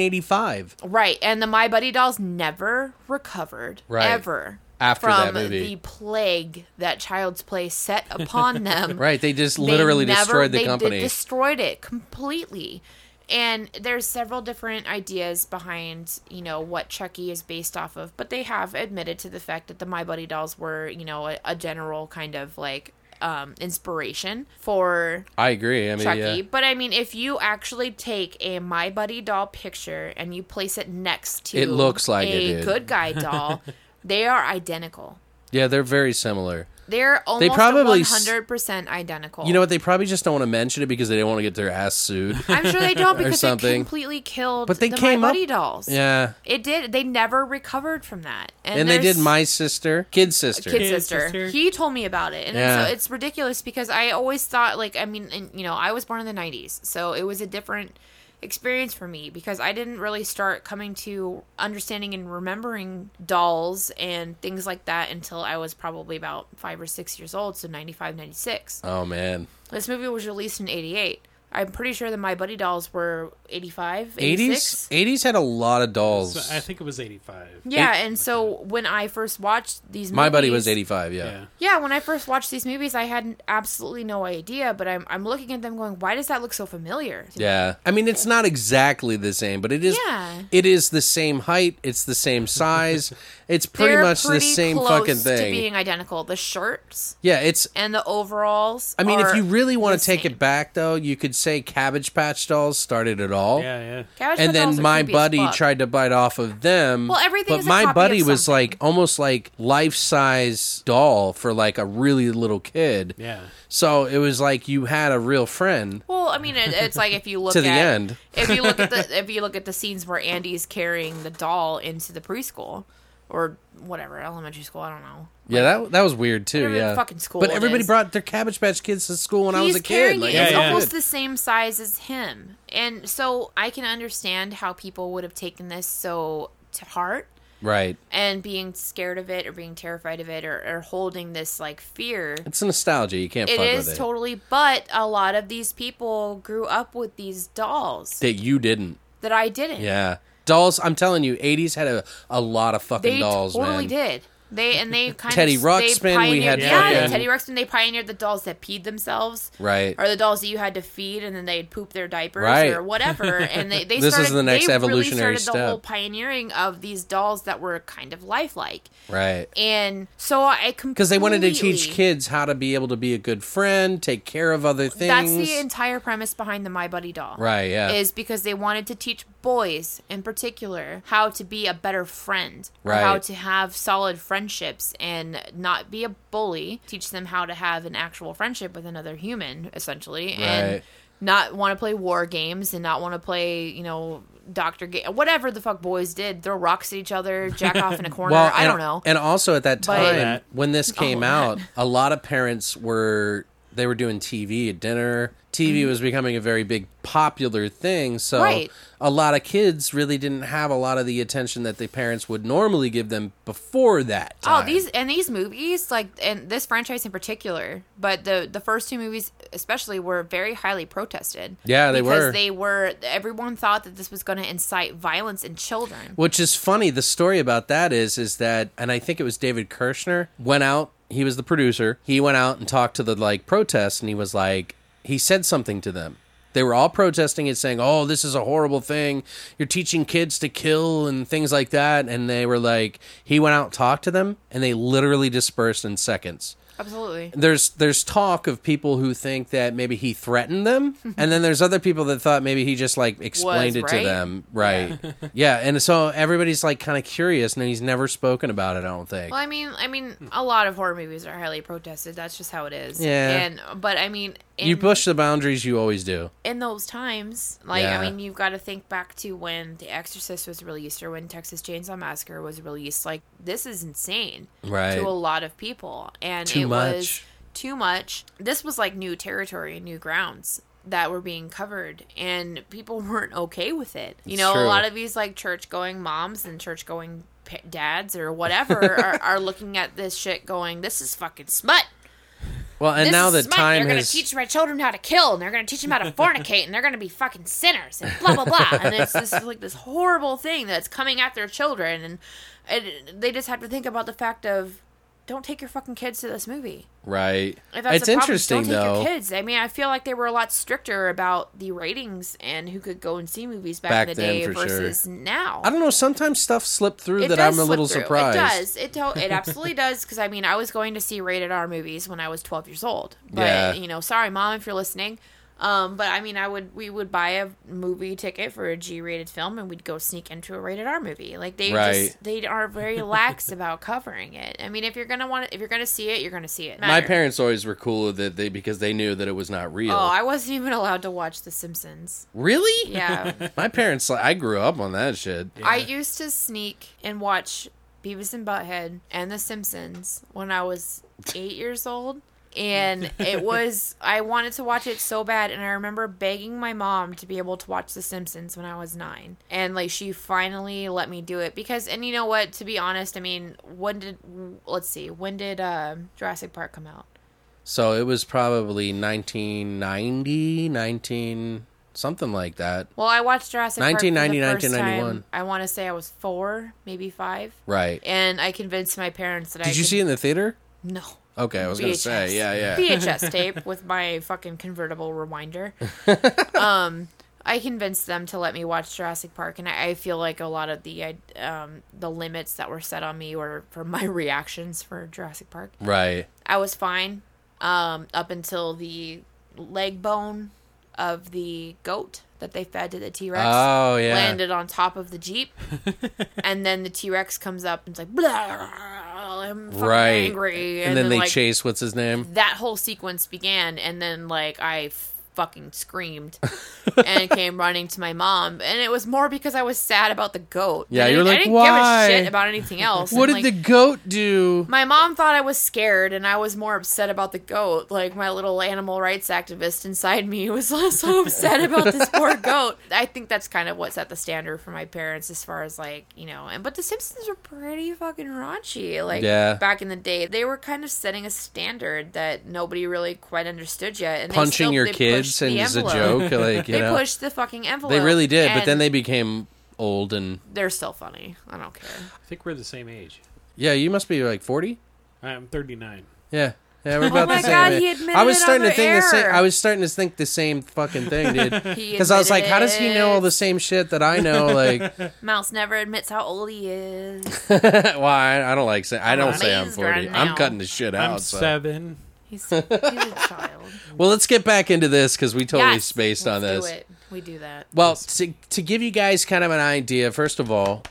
B: 1985.
C: Right, and the My Buddy dolls never recovered
B: Right.
C: ever
B: After
C: from
B: that movie.
C: the plague that Child's Play set upon them.
B: Right? They just
C: They
B: literally
C: never-
B: destroyed the
C: they did-
B: company.
C: destroyed it completely. And there's several different ideas behind, you know, what Chucky is based off of, but they have admitted to the fact that the My Buddy dolls were, you know, a, a general kind of like um, inspiration for
B: I agree. I mean,
C: Chucky.
B: yeah.
C: But I mean, if you actually take a My Buddy doll picture and you place it next to
B: It looks like it,
C: a
B: dude.
C: good guy doll, they are identical.
B: yeah, they're very similar.
C: They're almost
B: probably s-
C: 100% identical.
B: You know what? They probably just don't want to mention it because they don't want to get their ass sued.
C: I'm sure they don't
B: Or
C: because they
B: something.
C: completely killed
B: But they
C: the
B: came
C: My
B: up-
C: Buddy dolls.
B: yeah.
C: It did. They never recovered from that.
B: And they
C: there's-
B: did my sister, kid sister.
C: kid
D: Kid
C: sister.
D: sister.
C: He told me about it, and
B: Yeah.
C: so it's ridiculous because I always thought like I mean, and, you know, I was born in the '90s, so it was a different experience for me because I didn't really start coming to understanding and remembering dolls and things like that until I was probably about five or six years old, so 95, 96.
B: Oh man,
C: This movie was released in '88. I'm pretty sure that My Buddy dolls were 85, 86.
B: eighties eighties had a lot of dolls.
D: So I think it was 85.
C: Yeah, and so when I first watched these,
B: my buddy was
C: movies-
B: eighty five. Yeah.
D: Yeah.
C: Yeah, when I first watched these movies, I had absolutely no idea, but I'm I'm looking at them going, why does that look so familiar? to me?"
B: Yeah. I mean, it's not exactly the same, but it is.
C: Yeah.
B: It is the same height. It's the same size. it's pretty
C: They're
B: much the
C: pretty
B: same
C: close
B: fucking
C: To
B: thing.
C: being identical, the shirts
B: yeah. It's.
C: and the overalls.
B: I mean, if
C: are
B: you really want
C: the
B: to take
C: same.
B: it back, though, you could say Cabbage Patch Dolls started it all.
D: Yeah, yeah.
C: Cabbage
B: and
C: Patch Dolls
B: then
C: are
B: my
C: creepy as
B: buddy
C: fuck.
B: tried to bite off of them.
C: Well, everything
B: But
C: is a
B: my
C: copy of
B: buddy was
C: something.
B: like almost like life size doll for like a really little kid.
D: Yeah.
B: So it was like you had a real friend.
C: Well, I mean, it, it's like if you look
B: To the
C: at,
B: end.
C: if you look at the if you look at the scenes where Andy's carrying the doll into the preschool or whatever elementary school, I don't know.
B: Yeah, that that was weird
C: I
B: too.
C: don't know
B: Yeah,
C: what fucking school
B: But
C: it
B: everybody
C: is.
B: brought their Cabbage Patch Kids to school when I was
C: He's
B: a kid.
C: carrying
B: Like,
C: it.
B: I
C: it's
D: Yeah, yeah.
C: almost the same size as him. And so I can understand how people would have taken this so to heart
B: Right.
C: and being scared of it or being terrified of it or, or holding this like fear.
B: It's nostalgia. You can't
C: It
B: fuck
C: is
B: with it.
C: totally, but a lot of these people grew up with these dolls
B: that you didn't.
C: that I didn't.
B: Yeah. Dolls, I'm telling you, 80s had a, a lot of fucking
C: they
B: dolls, man.
C: totally did. They and they kind
B: Teddy
C: of
B: Ruxpin,
C: They
B: we
C: pioneered,
B: had
C: yeah,
D: fucking-
C: Teddy Ruxpin. They pioneered the dolls that peed themselves.
B: Right.
C: or the dolls that you had to feed and then they'd poop their diapers
B: Right.
C: or whatever and they, they
B: This is
C: started,
B: the next
C: they
B: evolutionary
C: really started the whole
B: step.
C: pioneering of these dolls that were kind of lifelike
B: Right.
C: and so i completely
B: Because they wanted to teach kids how to be able to be a good friend, take care of other things.
C: that's the entire premise behind the my buddy doll
B: Right, yeah.
C: is because they wanted to teach boys in particular how to be a better friend or
B: Right.
C: how to have solid friendships and not be a bully teach them how to have an actual friendship with another human essentially and
B: Right.
C: not want to play war games and not want to play you know doctor game whatever the fuck boys did throw rocks at each other jack off in a corner
B: well,
C: i
B: and-
C: don't know
B: And also at that
C: But- Oh,
B: time, when this came
C: that.
B: out, a lot of parents were they were doing TV at dinner. TV was becoming a very big popular thing, so
C: Mm-hmm. Right.
B: a lot of kids really didn't have a lot of the attention that the parents would normally give them before that.
C: Oh,
B: time.
C: these and these movies, like and this franchise in particular, but the the first two movies especially were very highly protested.
B: Yeah, they
C: because
B: were.
C: They were. Everyone thought that this was going to incite violence in children.
B: Which is funny. The story about that is is that, and I think it was David Kirshner went out. He was the producer. He went out and talked to the like protests, and he was like, he said something to them. They were all protesting and saying, "Oh, this is a horrible thing. You're teaching kids to kill and things like that." And they were like, he went out and talked to them, and they literally dispersed in seconds
C: Absolutely.
B: there's there's talk of people who think that maybe he threatened them, and then there's other people that thought maybe he just like explained
C: Was,
B: it to
C: right?
B: them, right? Yeah. and so everybody's like kind of curious, and he's never spoken about it. I don't think.
C: Well, I mean, I mean, a lot of horror movies are highly protested. That's just how it is.
B: Yeah.
C: And but I mean, in,
B: you push the boundaries, you always do.
C: in those times, like
B: Yeah.
C: I mean, you've got to think back to when The Exorcist was released or when Texas Chainsaw Massacre was released. Like this is insane,
B: Right.
C: To a lot of people, and
B: Too
C: it was
B: much.
C: too much. This was like new territory, new grounds that were being covered, and people weren't okay with it. You
B: It's
C: know,
B: true.
C: a lot of these like church going moms and church going pa- dads or whatever are, are looking at this shit going, "This is fucking smut."
B: Well, and
C: This
B: now
C: is
B: that
C: smut.
B: time
C: they're going
B: has
C: to teach my children how to kill, and they're going to teach them how to fornicate, and they're going to be fucking sinners, and blah blah blah. And it's this like this horrible thing that's coming at their children, and, and they just have to think about the fact of don't take your fucking kids to this movie.
B: Right.
C: If that's
B: it's
C: a problem,
B: interesting
C: don't take
B: though.
C: Your kids. I mean, I feel like they were a lot stricter about the ratings and who could go and see movies back,
B: Back
C: in the
B: then,
C: day
B: for sure.
C: versus now.
B: I don't know. Sometimes stuff slipped through
C: It
B: that
C: does
B: I'm a
C: slip
B: little
C: through.
B: surprised.
C: It does. It to- it absolutely does. Because I mean, I was going to see rated R movies when I was 12 years old. But
B: Yeah.
C: you know, sorry, mom, if you're listening. Um, but I mean, I would we would buy a movie ticket for a G-rated film, and we'd go sneak into a rated R movie. Like they
B: Right.
C: just they are very lax about covering it. I mean, if you're gonna want if you're gonna see it, you're gonna see it.
B: My
C: Matter.
B: parents always were cool with it they, because they knew that it was not real.
C: Oh, I wasn't even allowed to watch The Simpsons.
B: really?
C: Yeah,
B: My parents, like, I grew up on that shit.
C: I used to sneak and watch Beavis and Butthead and The Simpsons when I was eight years old. And it was, I wanted to watch it so bad. And I remember begging my mom to be able to watch The Simpsons when I was nine. And like, she finally let me do it because, and you know what, to be honest, I mean, when did, let's see, when did uh, Jurassic Park come out?
B: So it was probably 1990, 19 something like that.
C: Well, I watched Jurassic Park.
B: 1990,
C: 1990,
B: 1991.
C: I want to say I was four, maybe five.
B: Right.
C: And I convinced my parents that I
B: Did you
C: could-
B: see it in the theater?
C: No.
B: Okay, I was going to say, yeah, yeah.
C: VHS tape with my fucking convertible rewinder. um, I convinced them to let me watch Jurassic Park, and I, I feel like a lot of the I- um, the limits that were set on me were for my reactions for Jurassic Park.
B: Right.
C: I was fine um, up until the leg bone of the goat that they fed to the T Rex
B: Oh, yeah.
C: landed on top of the jeep, and then the T Rex comes up and it's like, "Blah, I'm fucking
B: Right.
C: angry,
B: And, then, they
C: like,
B: chase what's his name?
C: that whole sequence began and then like i fucking screamed and came running to my mom and it was more because i was sad about the goat
B: Yeah,
C: I
B: you're
C: didn't-
B: like,
C: i didn't
B: "Why?"
C: give a shit about anything else
B: What
C: And,
B: did
C: like,
B: the goat do?
C: my mom thought I was scared, and I was more upset about the goat. Like my little animal rights activist inside me was so upset about this poor goat. I think that's kind of what set the standard for my parents, as far as like you know. And but the Simpsons were pretty fucking raunchy. Like
B: Yeah.
C: back in the day, they were kind of setting a standard that nobody really quite understood yet. And they
B: Punching
C: still-
B: your
C: they pushed
B: kids
C: the
B: and is a
C: envelope.
B: joke, like you
C: They
B: know,
C: pushed the fucking envelope.
B: they really did. But then
C: and
B: they became old and
C: they're still funny. I don't care.
D: I think we're the same age.
B: yeah, you must be like forty.
D: I'm 39.
B: Yeah. Yeah, we're about
C: Oh my
B: the same.
C: God,
B: age.
C: he admitted
B: I was
C: it
B: starting
C: on
B: to think the
C: the
B: same.
C: air.
B: I was starting to think the same fucking thing, dude.
C: He
B: Because I was like, how does he
C: admitted
B: know all
C: it.
B: the same shit that I know? Like,
C: Mouse never admits how old he is.
B: well, I, I don't like saying. I don't say I'm
C: Please,
B: forty.
C: Glenn,
B: I'm
C: now.
B: cutting the shit
D: I'm
B: out. So.
D: seven.
C: He's, he's a child.
B: Well, let's get back into this because we totally
C: Yes,
B: spaced on
C: let's
B: this.
C: Do it. We do that.
B: Well, to, to give you guys kind of an idea, first of all,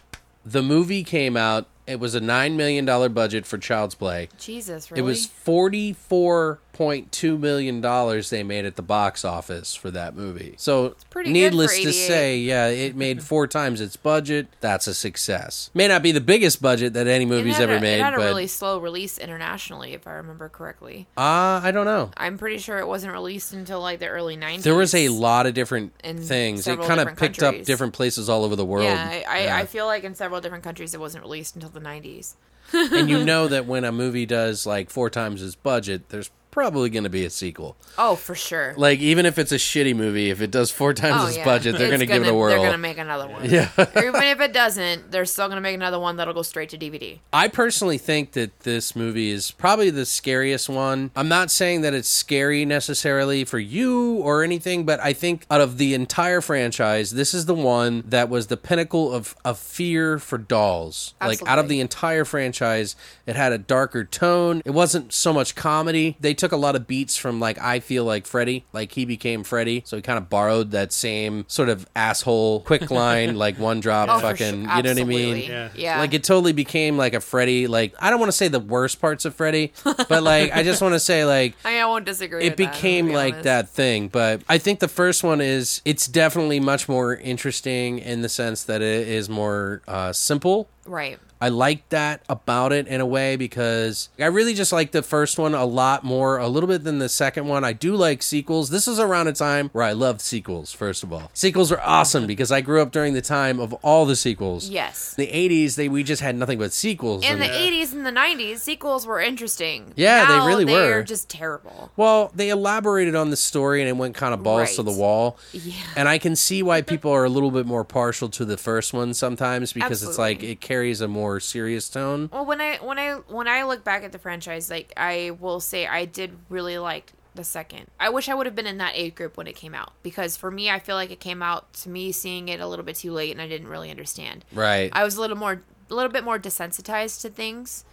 B: the movie came out. It was a nine million dollar budget for Child's Play.
C: Jesus,
B: It
C: really?
B: was forty four point two million dollars they made at the box office for that movie. So,
C: pretty good
B: needless
C: for
B: to
C: 88.
B: say, yeah, it made four times its budget. That's a success. May not be the biggest budget that any
C: It
B: movie's
C: had
B: ever
C: a,
B: made,
C: It had a
B: but
C: really slow release internationally, if I remember correctly.
B: uh, I don't know.
C: I'm pretty sure it wasn't released until like the early 90s.
B: There was a lot of different
C: In
B: things. It
C: several
B: kind of
C: different
B: picked up
C: countries.
B: different places all over the world.
C: Yeah, I, I,
B: Yeah.
C: I feel like in several different countries it wasn't released until the 90s.
B: and you know that when a movie does like four times its budget, there's probably going to be a sequel.
C: Oh, for sure.
B: Like even if it's a shitty movie, if it does four times
C: oh,
B: its
C: yeah.
B: budget, they're
C: It's
B: going to give it a
C: They're
B: whirl.
C: going to make another one. Yeah. Even if it doesn't, they're still going to make another one that'll go straight to DVD.
B: I personally think that this movie is probably the scariest one. I'm not saying that it's scary necessarily for you or anything, but I think out of the entire franchise, this is the one that was the pinnacle of, of fear for dolls. Like out of
C: Absolutely.
B: the entire franchise, it had a darker tone. It wasn't so much comedy. They took a lot of beats from like I feel like Freddy, like he became Freddy. So he kind of borrowed that same sort of asshole quick line, like one drop
C: Oh, for sure.
B: fucking, you know what I mean?
C: Absolutely. Yeah. Yeah.
B: Like it totally became like a Freddy. Like I don't want to say the worst parts of Freddy, but like I just want to say like
C: I, mean, I won't disagree
B: it
C: with that, I'm gonna
B: became
C: be
B: like
C: honest.
B: that thing. But I think the first one is it's definitely much more interesting in the sense that it is more uh, simple.
C: Right.
B: I like that about it in a way because I really just like the first one a lot more, a little bit than the second one. I do like sequels. This is around a time where I loved sequels, first of all. Sequels were awesome because I grew up during the time of all the sequels.
C: Yes.
B: The 80s, they we just had nothing but sequels. And-
C: in the 80s and the 90s sequels were interesting
B: Yeah, they
C: Now
B: really
C: they
B: were.
C: are just terrible
B: well, they elaborated on the story and it went kind of balls to
C: Right.
B: the wall.
C: Yeah.
B: And I can see why people are a little bit more partial to the first one sometimes because it's like
C: Absolutely.
B: it carries a more more serious tone.
C: Well, when I when I when I look back at the franchise, like I will say, I did really like the second. I wish I would have been in that age group when it came out because for me, I feel like it came out to me seeing it a little bit too late, and I didn't really understand.
B: Right.
C: I was a little more, a little bit more desensitized to things,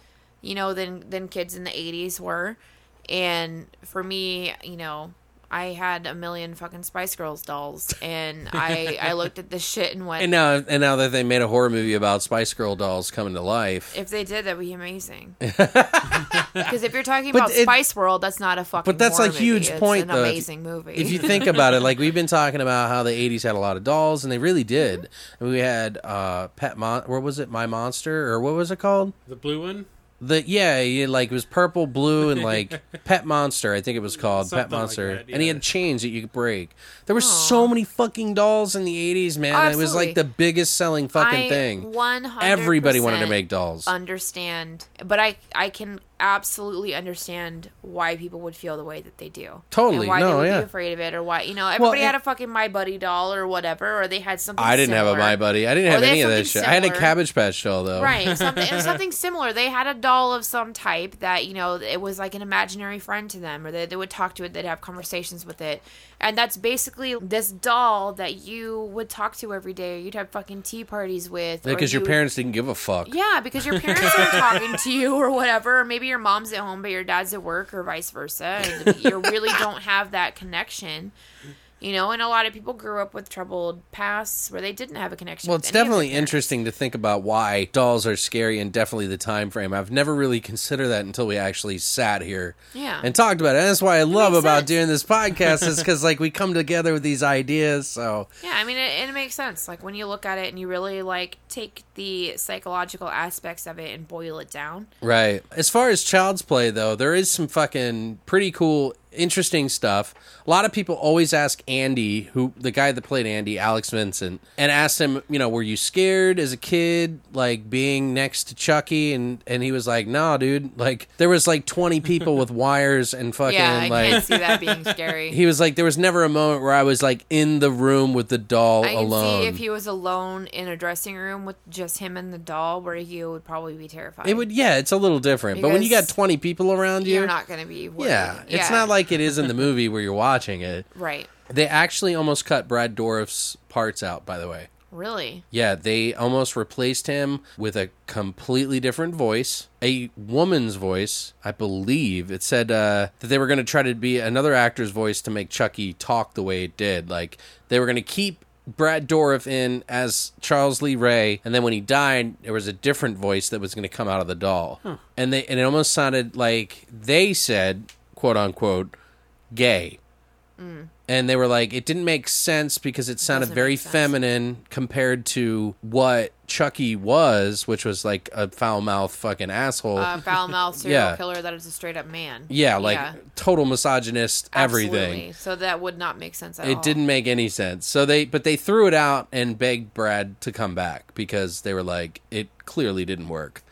C: you know, than than kids in the '80s were. And for me, you know, I had a million fucking Spice Girls dolls, and I I looked at this shit and went,
B: and now, and now that they made a horror movie about Spice Girl dolls coming to life,
C: If they did, that'd be amazing. Because if you're talking about
B: it-
C: Spice World, that's not a fucking.
B: But that's
C: horror
B: a huge
C: movie.
B: point,
C: It's an
B: though. If-
C: amazing movie.
B: if you think about it, like we've been talking about how the '80s had a lot of dolls, and they really did.
C: Mm-hmm.
B: And we had uh, Pet Mon, what was it, My Monster, or what was it called?
D: The blue one?
B: The yeah, he, like it was purple, blue, and like Pet Monster. I think it was called Pet
D: Something like
B: Monster,
D: that,
B: and he
D: yeah.
B: had chains that you could break. There were so many fucking dolls in the '80s, man.
C: Oh,
B: It was like
C: absolutely.
B: the biggest selling fucking thing.
C: One hundred.
B: Everybody wanted to make dolls.
C: Understand, but I I can absolutely understand why people would feel the way that they do.
B: Totally.
C: And why they
B: No,
C: would
B: yeah.
C: be afraid of it, or why you know everybody
B: it-
C: had a fucking My Buddy doll or whatever, or they had something.
B: I didn't have a
C: similar.
B: My Buddy. I didn't
C: Or
B: have
C: Oh, they had
B: any of that shit.
C: something
B: I had a
C: similar.
B: Cabbage Patch doll though.
C: Right, something it was something similar. They had a doll of some type that you know it was like an imaginary friend to them, or they, they would talk to it. They'd have conversations with it, and that's basically this doll that you would talk to every day. You'd have fucking tea parties with or
B: Because your
C: you-
B: parents didn't give a fuck.
C: Yeah, because your parents aren't talking to you or whatever. Or maybe your mom's at home, but your dad's at work, or vice versa. And you really don't have that connection, you know. And a lot of people grew up with troubled pasts where they didn't have a connection.
B: Well,
C: with
B: it's
C: any of their
B: definitely
C: parents.
B: interesting to think about why dolls are scary and definitely the time frame. I've never really considered that until we actually sat here
C: Yeah.
B: and talked about it. And that's why I love
C: makes
B: about
C: sense.
B: doing this podcast is because like we come together with these ideas. So
C: Yeah, I mean, it, it makes sense. Like when you look at it and you really like take the psychological aspects of it and boil it down.
B: right, as far as child's play though, there is some fucking pretty cool, interesting stuff. A lot of people always ask Andy, who the guy that played Andy, Alex Vincent, and asked him, you know, were you scared as a kid, like being next to Chucky? And and he was like, nah, dude. Like there was like twenty people with wires and fucking
C: yeah, I
B: like.
C: can't see that being scary.
B: He was like, there was never a moment where I was like in the room with the doll
C: I can
B: alone.
C: see if he was alone in a dressing room with just him and the doll, where you would probably be terrified.
B: It would, yeah, it's a little different. but when you got
C: Because
B: 20 people around you,
C: You're not going to be. Worried.
B: yeah, it's not like it is in the movie where you're watching it.
C: right.
B: They actually almost cut Brad Dorff's parts out, by the way.
C: Really.
B: Yeah, they almost replaced him with a completely different voice, a woman's voice, I believe. It said uh, that they were going to try to be another actor's voice to make Chucky talk the way it did. Like they were going to keep Brad Dourif in as Charles Lee Ray, and then when he died, there was a different voice that was going to come out of the doll, and they and it almost sounded like they said, quote unquote, gay and they were like it didn't make sense because it sounded
C: Mm. Doesn't
B: very
C: make sense.
B: feminine compared to what Chucky was, which was like a foul mouth fucking asshole.
C: A foul mouthed serial
B: Yeah.
C: killer that is a straight up man.
B: yeah, like total misogynist, everything.
C: Absolutely. So that would not make sense at all.
B: It didn't make any sense. So they but they threw it out and begged Brad to come back because they were like it clearly didn't work.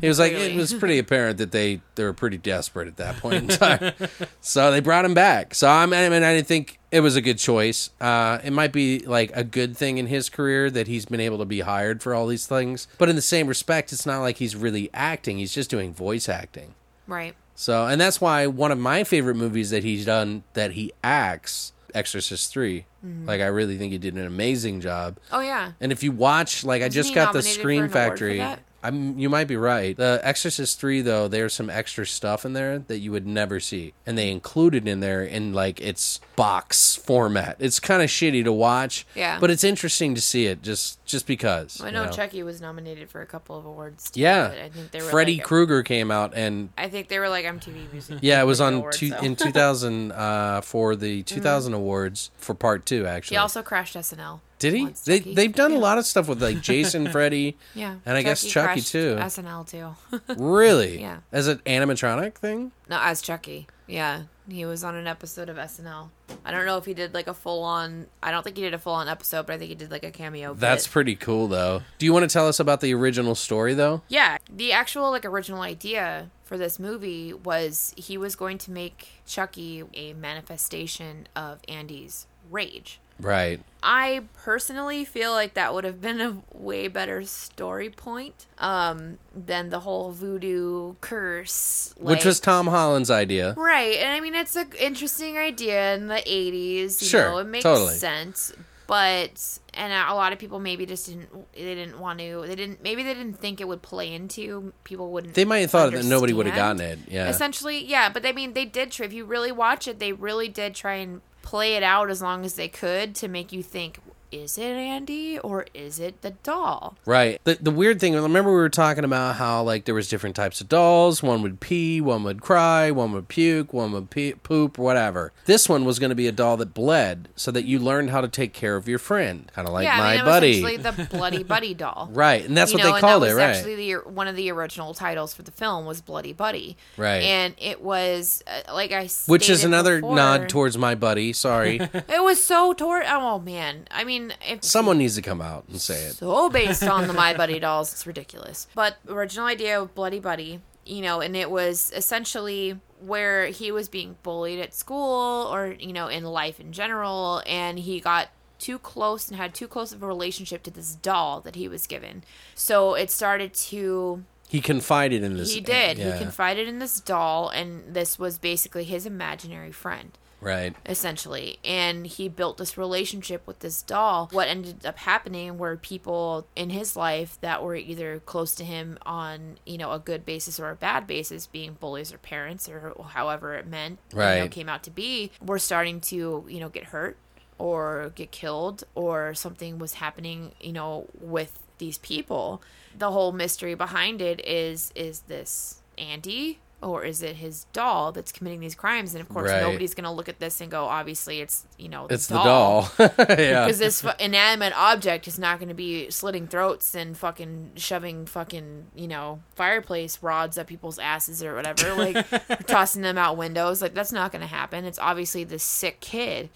B: It was like it
C: Mm-hmm. clearly.
B: was pretty apparent that they they were pretty desperate at that point in time. so they brought him back. So I'm I mean I didn't think it was a good choice. Uh, it might be like a good thing in his career that he's been able to be hired for all these things. But in the same respect, it's not like he's really acting. He's just doing voice acting.
C: Right.
B: So, and that's why one of my favorite movies that he's done that he acts, Exorcist 3. Like, I really think he did an amazing job.
C: Mm-hmm. Oh yeah.
B: And if you watch, like, I
C: Wasn't
B: just
C: he
B: got the
C: nominated for
B: Screen
C: an award for
B: Factory.
C: that?
B: I'm, you might be right. The Exorcist 3, though, there's some extra stuff in there that you would never see. And they included in there in, like, its box format. It's kind of shitty to watch.
C: Yeah.
B: But it's interesting to see it just, just because.
C: I
B: you
C: know, Chucky was nominated for a couple of awards. Too,
B: Yeah.
C: but I think they were
B: Freddy
C: like,
B: Krueger came out and
C: I think they were like MTV Music.
B: Yeah, it was on
C: Awards,
B: two,
C: so.
B: in 2000 uh, for the 2000 awards for part two. Actually,
C: He also crashed SNL.
B: did he?
C: once,
B: They
C: Chucky.
B: they've done a lot of stuff with like Jason, Freddy,
C: Yeah,
B: and I guess Chucky
C: crashed
B: too.
C: SNL too.
B: Really?
C: Yeah.
B: As an animatronic thing?
C: no, as Chucky. Yeah, he was on an episode of SNL. I don't know if he did like a full on. I don't think he did a full on episode, but I think he did like a cameo. bit.
B: That's pretty cool, though. Do you want to tell us about the original story, though?
C: yeah. The actual like original idea for this movie was he was going to make Chucky a manifestation of Andy's rage.
B: Right.
C: I personally feel like that would have been a way better story point um, than the whole voodoo curse,
B: Which
C: like-
B: was Tom Holland's idea.
C: right. And I mean, it's an interesting idea in the eighties.
B: Sure,
C: know, it makes
B: totally.
C: sense. But and a lot of people maybe just didn't. They didn't want to. They didn't. Maybe they didn't think it would play into people wouldn't.
B: They might have thought that nobody would have
C: understand.
B: gotten it. Yeah.
C: Essentially, yeah, but I mean, they did try. If you really watch it, they really did try and play it out as long as they could to make you think: Is it Andy or is it the doll?
B: Right. The, the weird thing, remember we were talking about how like there was different types of dolls. One would pee, one would cry, one would puke, one would pee, poop, whatever. This one was going to be a doll that bled so that you learned how to take care of your friend, kind of like
C: yeah,
B: my
C: I mean, it was
B: buddy.
C: essentially the bloody buddy doll.
B: Right, and that's
C: You
B: what
C: know,
B: they
C: and
B: called
C: that
B: it,
C: was
B: right?
C: Actually, the one of the original titles for the film was Bloody Buddy.
B: Right.
C: and it was uh, like I,
B: Which is
C: stated
B: another nod
C: before,
B: towards my buddy. Sorry.
C: It was so toward. Oh man, I mean, if
B: Someone needs to come out and say it.
C: so based on the My Buddy dolls, it's ridiculous. But original idea of Bloody Buddy, you know, and it was essentially where he was being bullied at school or, you know, in life in general, and he got too close and had too close of a relationship to this doll that he was given. So it started to
B: He confided in this.
C: he did.
B: Yeah.
C: He confided in this doll and this was basically his imaginary friend
B: Right.
C: essentially and he built this relationship with this doll what ended up happening were people in his life that were either close to him on you know a good basis or a bad basis being bullies or parents or however it meant you know,
B: Right.
C: came out to be were starting to you know get hurt or get killed or something was happening you know with these people the whole mystery behind it is is this andy or is it his doll that's committing these crimes and of course
B: Right.
C: nobody's going to look at this and go obviously it's you know
B: It's the doll. yeah.
C: because this fu- inanimate object is not going to be slitting throats and fucking shoving fucking you know fireplace rods up people's asses or whatever like tossing them out windows like that's not going to happen it's obviously this sick kid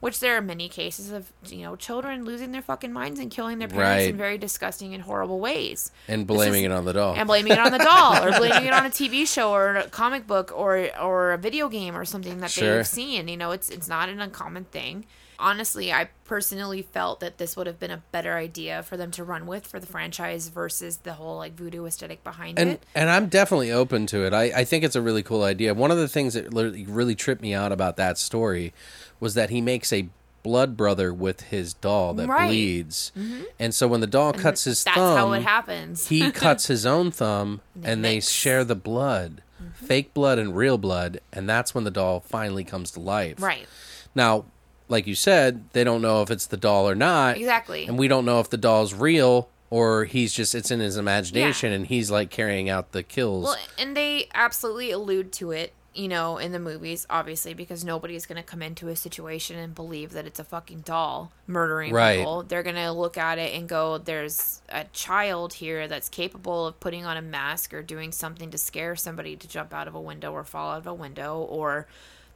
C: which there are many cases of you know children losing their fucking minds and killing their parents
B: Right.
C: in very disgusting and horrible ways
B: And blaming it on the doll.
C: and blaming it on the doll or blaming it on a TV show or a comic book or or a video game or something that
B: Sure.
C: they've seen. You know, it's it's not an uncommon thing. Honestly, I personally felt that this would have been a better idea for them to run with for the franchise versus the whole like voodoo aesthetic behind
B: and
C: it.
B: and I'm definitely open to it. I, I think it's a really cool idea. One of the things that literally really tripped me out about that story was that he makes a blood brother with his doll that
C: Right. Mm-hmm.
B: bleeds, and so when the doll cuts his
C: That's
B: thumb,
C: how it happens.
B: he cuts his own thumb, and they
C: mix. Mm-hmm.
B: share the blood, fake blood and real blood, and that's when the doll finally comes to life.
C: right.
B: Now, like you said, they don't know if it's the doll or not.
C: Exactly.
B: And we don't know if the doll's real or he's just it's in his imagination and he's like carrying out the kills.
C: Well, and they absolutely allude to it, you know, in the movies, obviously, because nobody's going to come into a situation and believe that it's a fucking doll murdering
B: Right.
C: people. They're going to look at it and go, there's a child here that's capable of putting on a mask or doing something to scare somebody to jump out of a window or fall out of a window or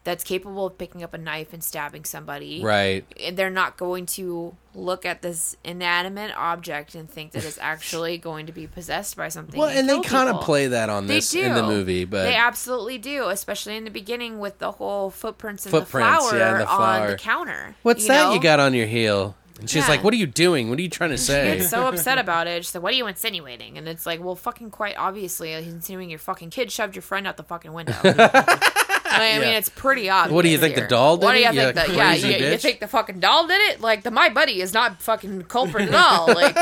C: that's capable of picking up a knife and stabbing somebody
B: right.
C: they're not going to look at this inanimate object and think that it's actually going to be possessed by something.
B: Well, and they
C: kill
B: kind of
C: people.
B: play that on
C: They
B: this in the movie, but
C: they absolutely do, especially in the beginning with the whole footprints and
B: Footprints,
C: the flower
B: yeah, and the
C: on
B: flower.
C: the counter.
B: what's that
C: know?
B: you got on your heel? And she's
C: Yeah.
B: like, "What are you doing? What are you trying to say?"
C: It's so upset about it. She's like, "What are you insinuating?" And it's like, "Well, fucking quite obviously, he's insinuating your fucking kid shoved your friend out the fucking window." I mean, it's pretty obvious.
B: What do you think, the
C: here.
B: doll did
C: What do you
B: it,
C: think?
B: you
C: the, yeah,
B: crazy
C: you, you
B: bitch?
C: think the fucking doll did it? Like, the my buddy is not fucking culprit at all. Like,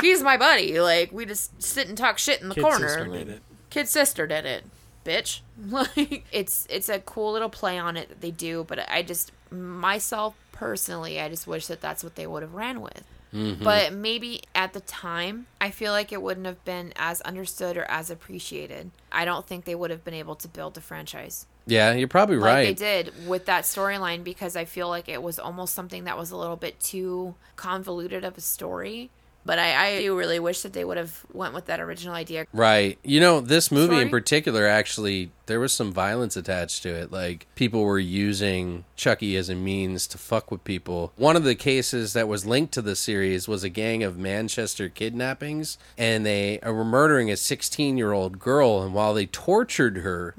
C: he's my buddy. Like, we just sit and talk shit in the
D: Kid
C: corner.
D: sister
C: Like,
D: did it.
C: Kid sister did it, bitch. Like, it's it's a cool little play on it that they do, but I just myself personally, I just wish that that's what they would have ran with.
B: Mm-hmm.
C: But maybe at the time, I feel like it wouldn't have been as understood or as appreciated. I don't think they would have been able to build the franchise
B: yeah, you're probably
C: like
B: right.
C: they did with that storyline because I feel like it was almost something that was a little bit too convoluted of a story. But I, I do really wish that they would have went with that original idea.
B: Right. You know, this movie in
C: Sorry?
B: particular actually there was some violence attached to it. Like people were using Chucky as a means to fuck with people. One of the cases that was linked to the series was a gang of Manchester kidnappings and they uh, were murdering a 16-year-old girl and while they tortured her,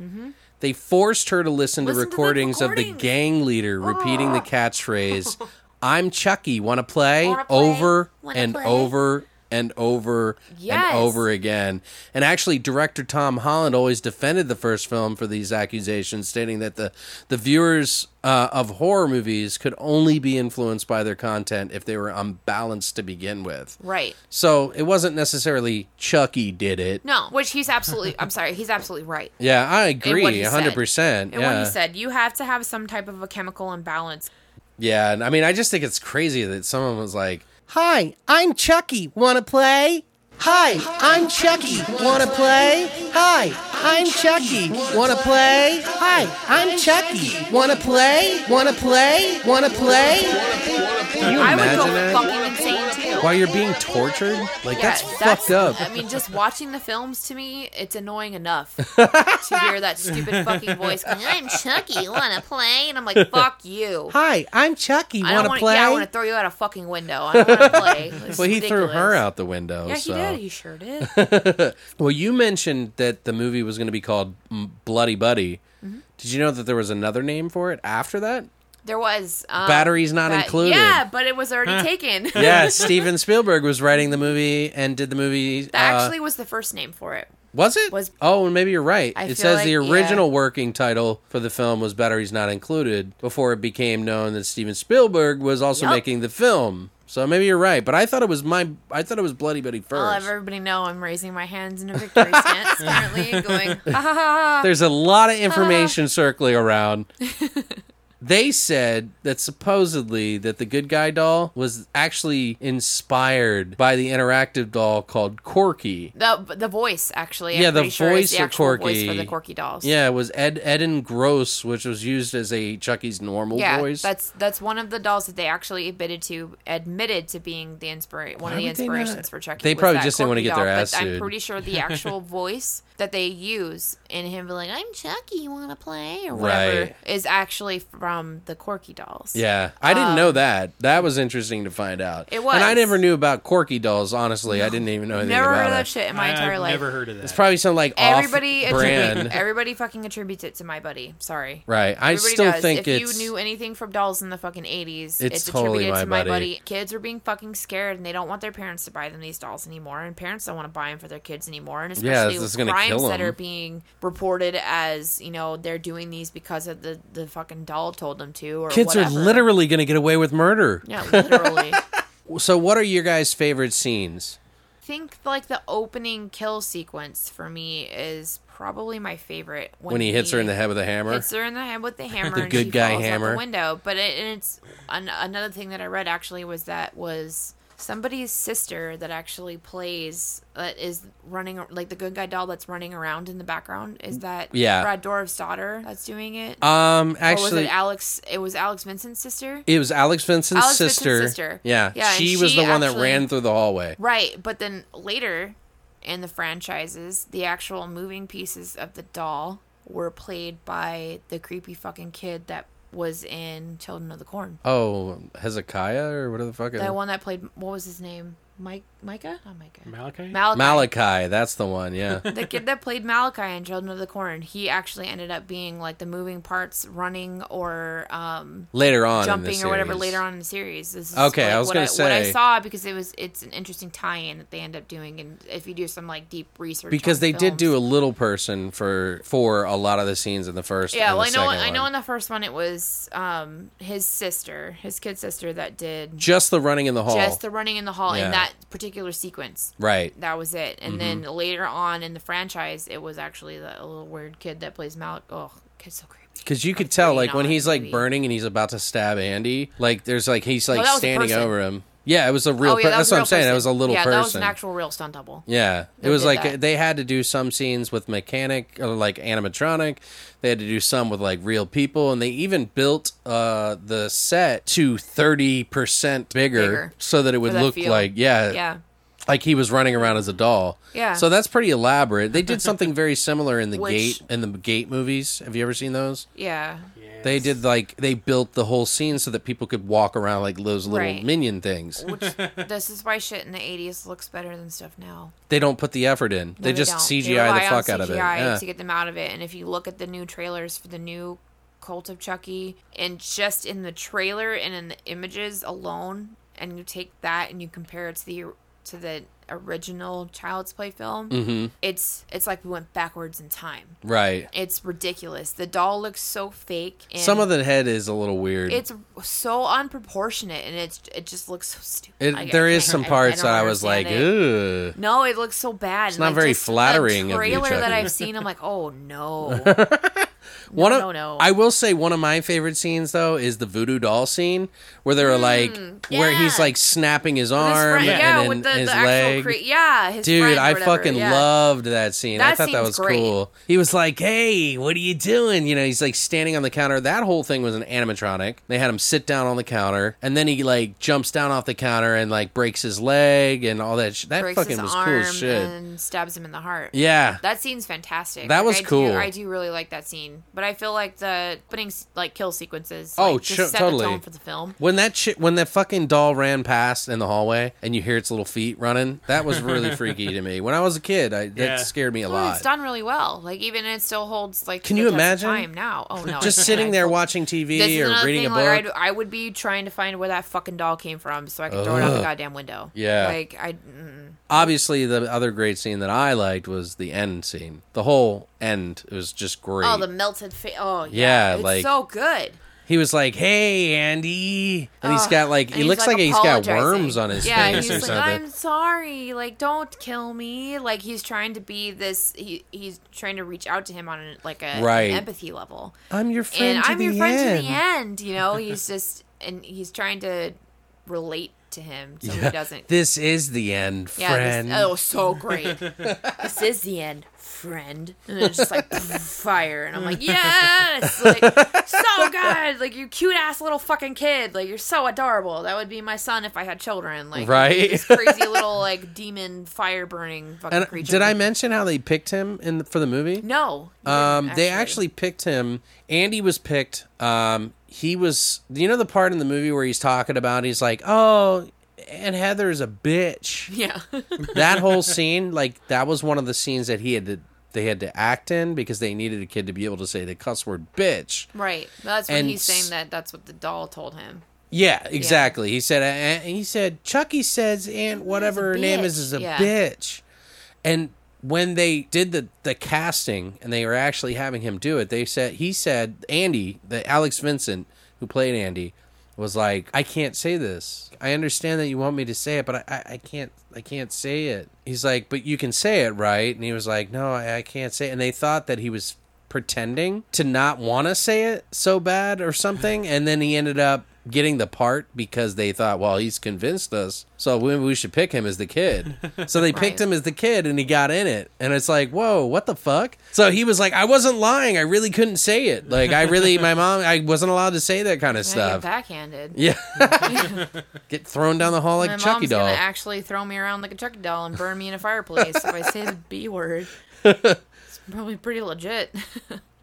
B: They forced her to listen,
C: Mm-hmm. Listen
B: to
C: to the
B: recordings of the
C: recordings. Ah.
B: gang leader repeating the catchphrase, I'm Chucky. Want to play?
C: Wanna play?
B: over
C: Wanna
B: and
C: play?
B: over and over
C: Yes.
B: and over again. And actually, director Tom Holland always defended the first film for these accusations, stating that the the viewers uh, of horror movies could only be influenced by their content if they were unbalanced to begin with.
C: Right.
B: So it wasn't necessarily Chucky did it.
C: No, which he's absolutely. I'm sorry, he's absolutely right.
B: Yeah, I
C: in what
B: agree,
C: he said.
B: hundred percent.
C: In
B: yeah.
C: what he said, you have to have some type of a chemical imbalance.
B: Yeah, and I mean, I just think it's crazy that someone was like, "Hi, I'm Chucky. Want to play?" Hi, I'm Chucky. Want to play? Hi, I'm Chucky. Want to play? Hi, I'm Chucky. Want to play? Want to play? Want to play? Can you
C: I would go
B: imagine that?
C: fucking insane too.
B: While you're being tortured, like
C: Yeah,
B: that's, fucked up.
C: I mean, just watching the films to me, it's annoying enough to hear that stupid fucking voice going, I'm Chucky, wanna play? And I'm like, fuck you.
B: Hi, I'm Chucky.
C: I don't
B: Want to
C: wanna,
B: play?
C: Yeah, I wanna throw you out a fucking window. I don't wanna play. It's
B: well, he threw
C: ridiculous.
B: her out the window.
C: Yeah, he
B: so.
C: did. He sure did.
B: Well, you mentioned that the movie was going to be called M- Bloody Buddy.
C: Mm-hmm.
B: Did you know that there was another name for it after that?
C: There was. Um,
B: Batteries not included.
C: Yeah, but it was already taken.
B: Yeah, Steven Spielberg was writing the movie and did the movie. uh,
C: That actually was the first name for it.
B: was it?
C: was-
B: oh, and maybe you're right.
C: I
B: it
C: feel
B: says the
C: like-
B: original working title for the film was Batteries Not Included before it became known that Steven Spielberg was also
C: Yup.
B: making the film. So maybe you're right, but I thought it was my I thought it was Bloody Buddy
C: I'll
B: first.
C: let everybody know I'm raising my hands in a victory stance, apparently, going, ha ha ha.
B: There's a lot of information circling around. they said that supposedly that the good guy doll was actually inspired by the interactive doll called Corky.
C: The, the voice, actually. I'm
B: Yeah, the
C: pretty sure is
B: voice
C: the
B: of
C: actual voice
B: Corky.
C: for the Corky dolls.
B: Yeah, it was Ed Eden Gross, which was used as a Chucky's normal
C: yeah,
B: voice.
C: that's that's one of the dolls that they actually admitted to admitted to being the inspira- one
B: Why
C: of
B: would
C: the
B: they
C: inspirations
B: not-
C: for Chucky.
B: They
C: was
B: probably
C: that
B: just didn't wanna
C: quirky
B: get their
C: doll,
B: ass
C: But
B: sued.
C: I'm pretty sure the actual voice that they use in him being like, "I'm Chucky, you want to play?" or whatever
B: Right.
C: is actually from the Corky dolls.
B: yeah, I didn't know that. That was interesting to find out.
C: um, It
B: and I
C: was.
B: never knew about Corky dolls. Honestly, I didn't even know anything
C: never
B: about
C: heard of
B: it.
C: that shit in my entire
D: I've
C: life.
D: never heard of that.
B: It's probably some like
C: Everybody,
B: off brand,
C: attribute, everybody fucking attributes it to my buddy. Sorry.
B: right? I
C: Everybody
B: still
C: does.
B: think
C: if
B: it's
C: you knew anything from dolls in the fucking eighties,
B: It's
C: it's,
B: totally
C: attributed
B: My
C: to my
B: Buddy.
C: buddy. Kids are being fucking scared, and they don't want their parents to buy them these dolls anymore, and parents don't want to buy them for their kids anymore, and
B: Yeah,
C: especially
B: this is
C: with
B: gonna
C: crimes
B: kill
C: that
B: 'em.
C: are being reported as you know they're doing these because of the the fucking doll told them to, or
B: kids
C: whatever.
B: are literally going to get away with murder.
C: yeah, literally. I
B: So, what are your guys' favorite scenes?
C: think like the opening kill sequence for me is probably my favorite
B: When he hits her in the head with a hammer?
C: Hits her in the head with the hammer.
B: The
C: and
B: good
C: she
B: guy
C: falls Out
B: hammer.
C: the window, but it, and it's an, another thing that I read actually was that was somebody's sister that actually plays that is running like the good guy doll that's running around in the background. Is that
B: Yeah.
C: Brad Dorff's daughter that's doing it?
B: Um,
C: or was
B: actually,
C: it Alex? It was Alex Vincent's sister.
B: it was Alex Vincent's
C: Alex Vincent's
B: sister.
C: sister.
B: Yeah,
C: Yeah, and
B: she was
C: she
B: the one that
C: actually-
B: ran through the hallway.
C: Right, but then later in the franchises, the actual moving pieces of the doll were played by the creepy fucking kid that was in Children of the Corn.
B: Oh, Hezekiah or whatever the fuck. it-
C: The one that played what was his name? Mike Micah? Oh Micah.
D: Malachi?
C: Malachi.
B: Malachi, that's the one. Yeah.
C: the kid that played Malachi in Children of the Corn, he actually ended up being like the moving parts running or um
B: later on, in the
C: jumping or whatever
B: series.
C: later on in the series. This is
B: Okay,
C: like,
B: I was
C: what
B: gonna
C: I, what I
B: say.
C: saw because it was it's an interesting tie in that they end up doing and if you do some like deep research
B: Because
C: on
B: they did
C: films.
B: do a little person for for a lot of the scenes in the first.
C: Yeah,
B: and
C: well, I
B: the
C: know.
B: second
C: I know.
B: one.
C: In the first one, it was um his sister, his kid sister, that did
B: Just the running in the hall.
C: just the running in the hall
B: Yeah.
C: in that particular sequence.
B: right.
C: That was it. And
B: Mm-hmm.
C: then later on in the franchise, it was actually the little weird kid that plays Malik. Oh, kid's so creepy.
B: Because you could tell, like when
C: not
B: he's like
C: movie.
B: burning and he's about to stab Andy, like there's like he's like
C: that was a
B: standing
C: person.
B: over him. Yeah, it was a real.
C: oh,
B: per-
C: yeah, that
B: that's
C: was a
B: what
C: real
B: I'm saying. That
C: person.
B: was a little
C: yeah,
B: person.
C: that was an actual real stunt double.
B: Yeah, it
C: They
B: was
C: did
B: like
C: that.
B: they had to do some scenes with mechanic or like animatronic. They had to do some with like real people, and they even built uh, the set to thirty percent bigger,
C: Bigger.
B: so that it would
C: that
B: look
C: feel.
B: like yeah,
C: Yeah.
B: like he was running around as a doll.
C: Yeah.
B: so that's pretty elaborate. They did something very similar in the
C: Which-
B: gate in the gate movies. Have you ever seen those?
C: Yeah.
B: They did like they built the whole scene so that people could walk around like those little
C: Right.
B: minion things.
C: Which this is why shit in the '80s looks better than stuff now.
B: They don't put the effort in.
C: No,
B: they, just
C: don't.
B: CGI
C: rely
B: the
C: on
B: fuck out of it.
C: CGI
B: Yeah.
C: to get them out of it. And if you look at the new trailers for the new Cult of Chucky, and just in the trailer and in the images alone, and you take that and you compare it to the to the original Child's Play film,
B: Mm-hmm.
C: it's it's like we went backwards in time.
B: Right.
C: It's ridiculous. The doll looks so fake. And
B: Some of the head is a little weird.
C: it's so unproportionate, and it's it just looks so stupid.
B: It-
C: Like, I
B: there is
C: can't-
B: some
C: I- I
B: parts
C: don't
B: that I was like,
C: understand it.
B: ooh.
C: No, it looks so bad. It's
B: not very flattering
C: The
B: of you,
C: trailer that
B: Chucky.
C: I've seen, I'm like, oh no.
B: One of,
C: no, no.
B: I will say one of my favorite scenes though is the voodoo doll scene where they're like where he's
C: Mm, yeah.
B: like snapping his
C: His
B: arm
C: friend- yeah,
B: and
C: with
B: then
C: the,
B: his
C: the actual
B: leg.
C: cre- yeah, his
B: Dude,
C: friend or
B: I
C: whatever,
B: fucking
C: yeah.
B: loved that scene. I
C: That
B: thought that was
C: scene's great.
B: cool. He was like, "Hey, what are you doing?" You know, he's like standing on the counter. That whole thing was an animatronic. They had him sit down on the counter, and then he like jumps down off the counter and like breaks his leg and all that. Sh- that
C: breaks
B: fucking
C: his
B: was
C: arm
B: cool as shit.
C: and stabs him in the heart.
B: yeah,
C: That scene's fantastic.
B: That
C: Like,
B: was
C: I do-
B: cool.
C: I do really like that scene, but I feel like the opening s- like kill sequences.
B: Oh,
C: like, just
B: sure,
C: set
B: totally.
C: The tone for the film.
B: When that shit, when that fucking doll ran past in the hallway, and you hear its little feet running, that was really freaky to me. When I was a kid, I, that
D: Yeah.
B: scared me a
C: Well, Oh, it's
B: lot.
C: done really well. Like even it still holds. Like
B: Can
C: the
B: you
C: test of
B: imagine?
C: time now? Oh no,
B: Just
C: I
B: sitting
C: can't.
B: there watching TV
C: This is
B: or
C: another
B: reading
C: thing,
B: a book.
C: Like, I'd, I would be trying to find where that fucking doll came from so I could throw it out the goddamn window.
B: Yeah.
C: Like I. Mm,
B: Obviously, the other great scene that I liked was the end scene. The whole end was just great.
C: oh, the melted face. Oh
B: Yeah,
C: yeah. It's
B: like-
C: so good.
B: he was like, "Hey, Andy," and he's
C: Ugh.
B: got like
C: And
B: he
C: he's,
B: looks like, he's got
C: apologizing.
B: worms on his
C: yeah,
B: face or
C: he's like,
B: something.
C: I'm sorry. Like, don't kill me. Like, he's trying to be this. He he's trying to reach out to him on like a
B: Right.
C: an empathy level.
B: I'm, your friend
C: and
B: to
C: I'm
B: the
C: your friend
B: end.
C: to the end. You know, he's just and he's trying to relate to him so
B: Yeah.
C: he doesn't.
B: This is the end,
C: yeah,
B: friend.
C: this, oh, so great. this is the end, friend. And it's just like fire, and I'm like, yes, like so good. Like you cute ass little fucking kid. Like you're so adorable. That would be my son if I had children. Like
B: Right?
C: this crazy little like demon fire burning fucking
B: and
C: creature.
B: did I mention how they picked him in the, for the movie?
C: No, you
B: Um,
C: didn't,
B: they actually picked him. Andy was picked. Um, he was. You know the part in the movie where he's talking about. He's like, "Oh, and Heather's a bitch."
C: yeah.
B: that whole scene, like that, was one of the scenes that he had to. They had to act in because they needed a kid to be able to say the cuss word bitch.
C: Right. That's when
B: And
C: he's
B: s-
C: saying that that's what the doll told him.
B: Yeah, exactly. He said. "Uh, uh," He said. Chucky says, "Aunt whatever her name is
C: bitch."
B: is a
C: Yeah.
B: bitch," and. When they did the, the casting and they were actually having him do it, they said he said Andy, the Alex Vincent who played Andy, was like, I can't say this. I understand that you want me to say it, but I, I, I can't I can't say it. He's like, But you can say it, right? And he was like, No, I, I can't say it and they thought that he was pretending to not want to say it so bad or something and then he ended up getting the part because they thought well he's convinced us so we, we should pick him as the kid so they picked
C: Right.
B: him as the kid and he got in it and it's like whoa what the fuck so he was like i wasn't lying i really couldn't say it like i really my mom i wasn't allowed to say that kind of
C: I get
B: stuff
C: backhanded.
B: yeah get thrown down the hall like
C: My
B: a chucky
C: mom's
B: doll
C: gonna actually throw me around like a Chucky doll and burn me in a fireplace if I say the B word. It's probably pretty legit.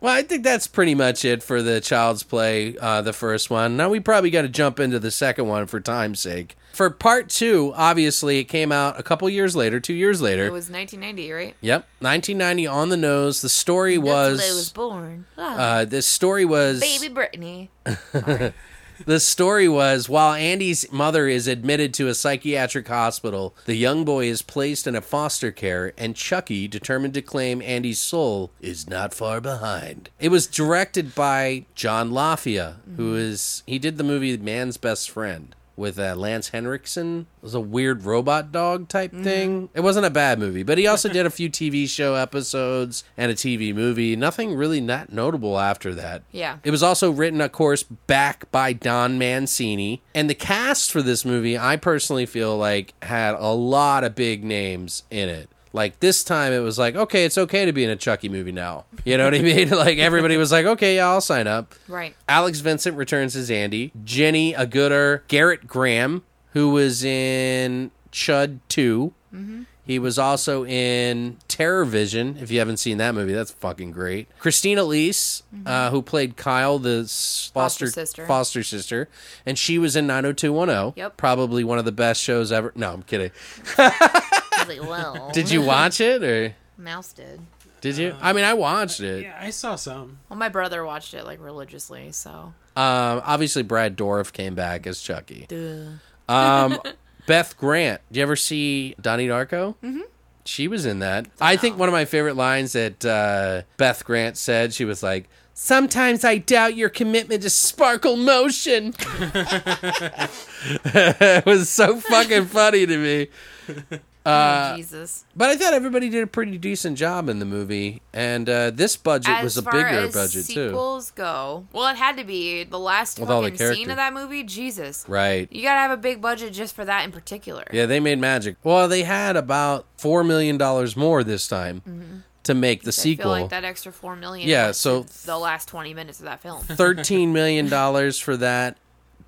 B: Well, I think that's pretty much it for the Child's Play, uh, the first one. Now we probably got to jump into the second one for time's sake. For part two, obviously, it came out a couple years later, two years later.
C: it was 1990, right?
B: yep, 1990 on the nose. The story
C: That's when I was
B: was.
C: born. Ah,
B: Uh, this story was
C: baby Brittany.
B: the story was while Andy's mother is admitted to a psychiatric hospital, the young boy is placed in a foster care, and Chucky, determined to claim Andy's soul, is not far behind. It was directed by John Lafia, who is he did the movie Man's Best Friend with uh, Lance Henriksen. It was a weird robot dog type thing. It wasn't a bad movie, but he also did a few TV show episodes and a TV movie. Nothing really that notable after that.
C: Yeah.
B: It was also written, of course, back by Don Mancini. And the cast for this movie, I personally feel like had a lot of big names in it. Like this time, it was like, okay, it's okay to be in a Chucky movie now. You know what I mean? like everybody was like, okay, yeah, I'll sign up.
C: Right.
B: Alex Vincent returns as Andy. Jenny Agooder, Garrett Graham, who was in Chud 2. He was also in Terror Vision. If you haven't seen that movie, that's fucking great. Christina Lees, uh, who played Kyle, the s- foster,
C: Mm-hmm. Foster sister.
B: foster sister, and she was in 90210.
C: Yep.
B: Probably one of the best shows ever. No, I'm kidding.
C: I was like, well,
B: Did you watch it or
C: Mouse did.
B: Did you? I mean, I watched it.
D: Yeah, I saw some.
C: Well, my brother watched it like religiously, so
B: Um, obviously, Brad Dorff came back as Chucky.
C: Duh.
B: Um, Beth Grant. Do you ever see Donnie Darko? Mm-hmm. She was in that. I think one of my favorite lines that uh, Beth Grant said. She was like, "Sometimes I doubt your commitment to sparkle motion." it was so fucking funny to me.
C: oh, Jesus.
B: But I thought everybody did a pretty decent job in the movie, and uh, this budget
C: As
B: was a
C: far
B: bigger
C: as
B: budget too.
C: sequels go, well, it had to be the last
B: With all the
C: fucking scene
B: character.
C: of that movie. Jesus,
B: Right.
C: you gotta have a big budget just for that in particular.
B: Yeah, they made magic. Well, they had about four million dollars more this time to make the
C: Mm-hmm. I feel
B: sequel.
C: like that extra four million.
B: Yeah,
C: was
B: so-
C: the last twenty minutes of that film.
B: Thirteen million dollars for that,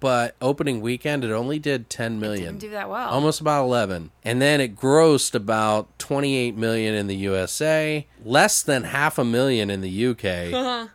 B: but opening weekend it only did ten million.
C: Didn't do that well.
B: Almost about eleven, and then it grossed about twenty-eight million in the USA, less than half a million in the UK,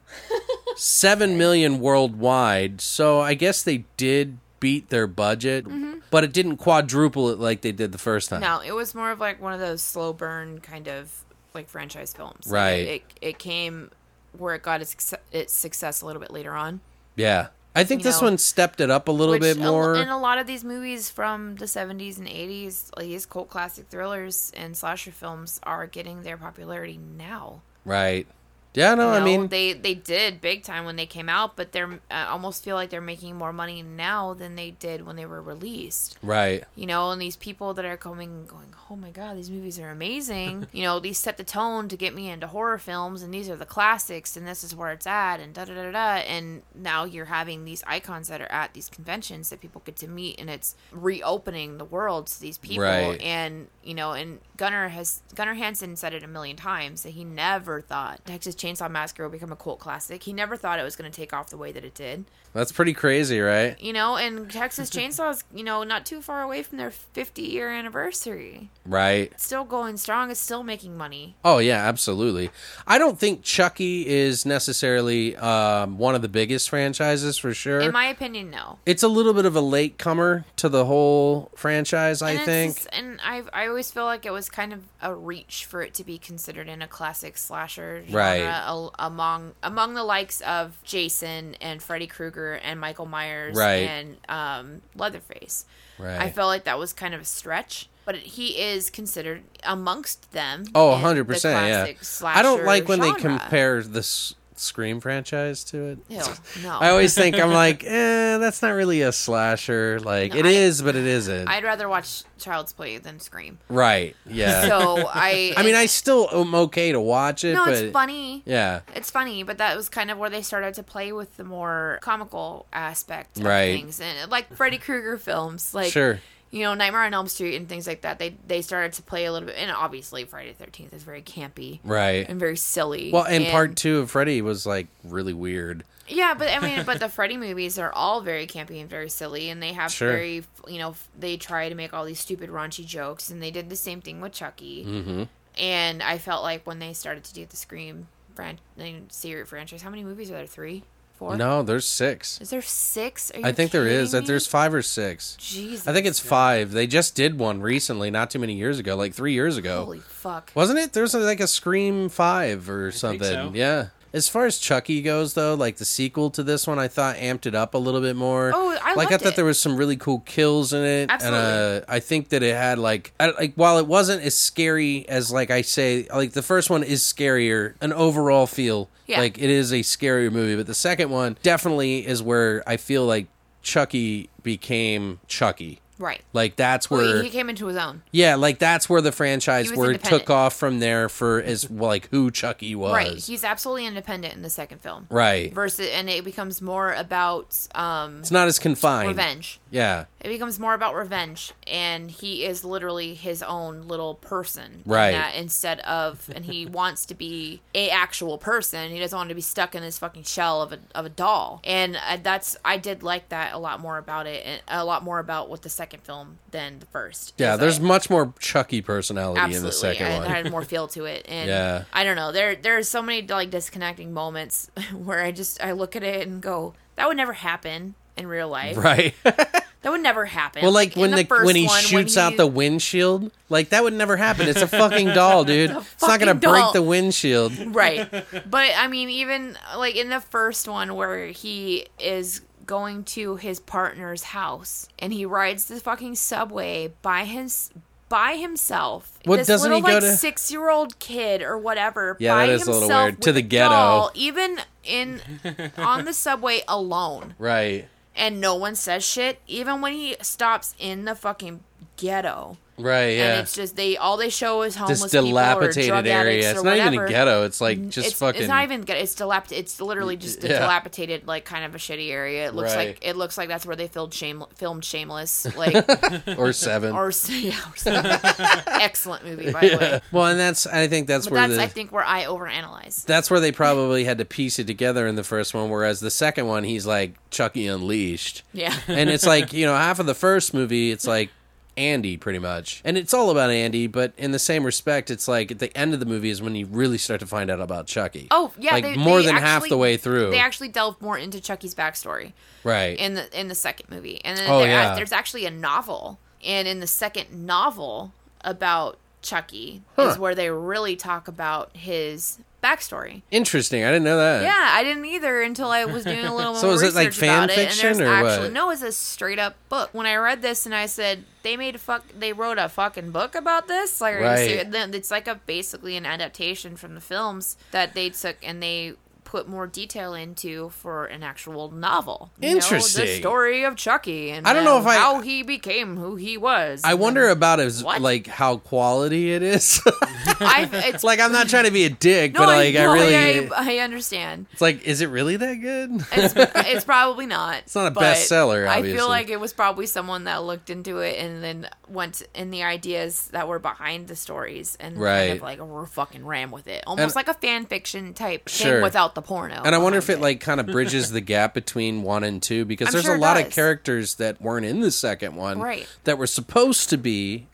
B: seven million worldwide. So I guess they did beat their budget, but it didn't quadruple it like they did the first time.
C: Mm-hmm. No, it was more of like one of those slow burn kind of like franchise films. Like,
B: Right.
C: It it came where it got its succe- its success a little bit later on.
B: Yeah. I think
C: You
B: this
C: know,
B: one stepped it up a little
C: Which
B: bit
C: a l-
B: more.
C: in a lot of these movies from the 70s and 80s, like these cult classic thrillers and slasher films are getting their popularity now.
B: right. Yeah, no,
C: You
B: I
C: know,
B: mean,
C: they they did big time when they came out, but they're I almost feel like they're making more money now than they did when they were released.
B: right.
C: you know, and these people that are coming and going, oh my god, these movies are amazing. you know, these set the tone to get me into horror films, and these are the classics, and this is where it's at, and da da da da. da. And now you're having these icons that are at these conventions that people get to meet, and it's reopening the world to these people.
B: Right.
C: And you know, and Gunnar has Gunnar Hansen said it a million times that he never thought Texas Chainsaw Massacre would become a cult classic. He never thought it was going to take off the way that it did
B: That's pretty crazy, right?
C: you know, and Texas Chainsaw's, you know, not too far away from their 50 year anniversary.
B: Right.
C: It's still going strong. It's still making money.
B: Oh, yeah, absolutely. I don't think Chucky is necessarily um, one of the biggest franchises for sure.
C: In my opinion, no.
B: it's a little bit of a latecomer to the whole franchise, I
C: and it's
B: think.
C: just- and I, I always feel like it was kind of a reach for it to be considered in a classic slasher genre
B: Right.
C: al- among among the likes of Jason and Freddy Krueger and Michael Myers
B: Right.
C: and um, Leatherface. I
B: Right.
C: felt like that was kind of a stretch, but it, he is considered amongst them.
B: Oh,
C: in the
B: 100%. Yeah.
C: classic
B: I don't
C: slasher
B: like when they
C: genre.
B: compare this Scream franchise to it.
C: Ew, no.
B: I always think, I'm like, eh, that's not really a slasher. Like,
C: No,
B: it
C: I-
B: is, but it isn't.
C: I'd rather watch Child's Play than Scream.
B: right. Yeah.
C: So I.
B: I mean, I still am okay to watch it,
C: No,
B: but
C: it's funny.
B: yeah,
C: It's funny, but that was kind of where they started to play with the more comical aspect of
B: Right.
C: things, and like Freddy Krueger films, like
B: Sure.
C: you know Nightmare on Elm Street and things like that. They they started to play a little bit, and obviously Friday the Thirteenth is very campy,
B: right.
C: and very silly.
B: well, and, part two of Freddy was like really weird,
C: Yeah, but I mean, but the Freddy movies are all very campy and very silly, and they have
B: Sure.
C: very, you know, f- they try to make all these stupid, raunchy jokes, and they did the same thing with Chucky. Mm-hmm. And I felt like when they started to do the Scream fran- I mean, series franchise, how many movies are there? Three, four?
B: No, there's six.
C: Is there six? Are you
B: I think there is.
C: kidding
B: That
C: me?
B: there's five or six.
C: Jesus.
B: I think it's five. They just did one recently, not too many years ago, like three years ago,
C: Holy fuck.
B: wasn't it? There's like a Scream five or something.
D: so.
B: Yeah. As far as Chucky goes, though, like the sequel to this one, I thought amped it up a little bit more.
C: Oh, I
B: like I
C: loved
B: thought
C: it.
B: there was some really cool kills in it, and
C: Absolutely.
B: uh, I think that it had like I, like while it wasn't as scary as like I say, like the first one is scarier, an overall feel.
C: Yeah.
B: Like it is a scarier movie, but the second one definitely is where I feel like Chucky became Chucky.
C: Right.
B: Like that's where
C: Well, he- he came into his own.
B: yeah, like that's where the franchise
C: He was
B: where it took
C: independent.
B: off from there for as well, like who Chucky was.
C: Right. He's absolutely independent in the second film.
B: Right.
C: Versus, and it becomes more about um,
B: It's not as confined.
C: revenge.
B: Yeah.
C: it becomes more about revenge and he is literally his own little person in
B: Right.
C: that instead of and he wants to be a actual person he doesn't want to be stuck in this fucking shell of a, of a doll and uh, that's i did like that a lot more about it and a lot more about what the second film than the first
B: Yeah,
C: Is
B: there's
C: I-
B: much more Chucky personality in the
C: Absolutely,
B: second
C: I,
B: one.
C: I had more feel to it, and
B: Yeah.
C: I don't know. There, there's so many like disconnecting moments where I just I look at it and go, that would never happen in real life
B: right.
C: That would never happen.
B: Well, like
C: in
B: when the,
C: first
B: when he
C: one,
B: shoots
C: he-
B: out the windshield, like that would never happen. It's a fucking doll, dude. It's, not gonna
C: fucking
B: break
C: doll.
B: the windshield.
C: right but i mean even like in the first one where he is going to his partner's house and he rides the fucking subway by his by himself
B: Well,
C: this
B: doesn't
C: little
B: he go
C: like
B: to-
C: six year old kid or whatever
B: Yeah,
C: by
B: that is a little
C: himself
B: weird. To
C: with
B: the
C: a
B: ghetto.
C: doll, even in on the subway alone
B: Right,
C: and no one says shit even when he stops in the fucking ghetto
B: right, yeah.
C: and it's just they all they show is homeless
B: this
C: people or drug
B: dilapidated
C: addicts
B: area.
C: or
B: It's not even
C: whatever
B: a ghetto. It's like just
C: it's,
B: fucking.
C: It's not even good. It's dilap. It's literally just a
B: Yeah.
C: dilapidated, like kind of a shitty area. It looks
B: Right.
C: like it looks like that's where they filmed shame, filmed Shameless, like
B: or seven.
C: or, yeah, or something. excellent movie by the way.
B: well, and that's I think that's
C: But
B: where
C: that's
B: the
C: I think where I overanalyze.
B: that's where they probably had to piece it together in the first one. Whereas the second one, he's like Chucky unleashed.
C: Yeah,
B: and it's like you know half of the first movie it's like andy pretty much and it's all about andy but in the same respect it's like at the end of the movie is when you really start to find out about chucky
C: Oh yeah,
B: like
C: they-
B: more
C: they
B: than half
C: actually-
B: the way through
C: They actually delve more into Chucky's backstory
B: right
C: in the in the second movie, and then
B: Oh,
C: there-
B: yeah.
C: there's actually a novel, and in the second novel about Chucky
B: Huh.
C: is where they really talk about his backstory.
B: interesting i didn't know that
C: Yeah, I didn't either until I was doing a little more
B: So is it, like,
C: research
B: fan
C: about it. And there's
B: fiction or
C: actually
B: what?
C: no, it's a straight up book. When I read this and I said they made a fuck, they wrote a fucking book about this. Like, are you
B: Right.
C: serious? Then it's like a basically an adaptation from the films that they took and they put more detail into for an actual novel. You know, the
B: Interesting.
C: story of Chucky and
B: I don't know
C: then
B: if I-
C: how he became who he was.
B: i
C: And
B: wonder
C: then-
B: about if
C: What?
B: like how quality it is
C: I, it's
B: like i'm not trying to be a dick
C: no,
B: but like i,
C: I,
B: really
C: I, I understand.
B: it's like is it really that good
C: it's, it's probably not. It's
B: not a bestseller,
C: I
B: obviously.
C: feel like it was probably someone that looked into it and then went in the ideas that were behind the stories and kind
B: Right.
C: of like r- fucking ram with it, almost
B: And-
C: like a fan fiction type
B: Sure.
C: thing without the porno.
B: And I wonder if
C: behind
B: it like kind of bridges the gap between one and two because
C: I'm
B: there's
C: sure
B: a
C: it
B: lot of
C: does.
B: characters that weren't in the second one
C: Right. Mm-hmm.
B: that were supposed to be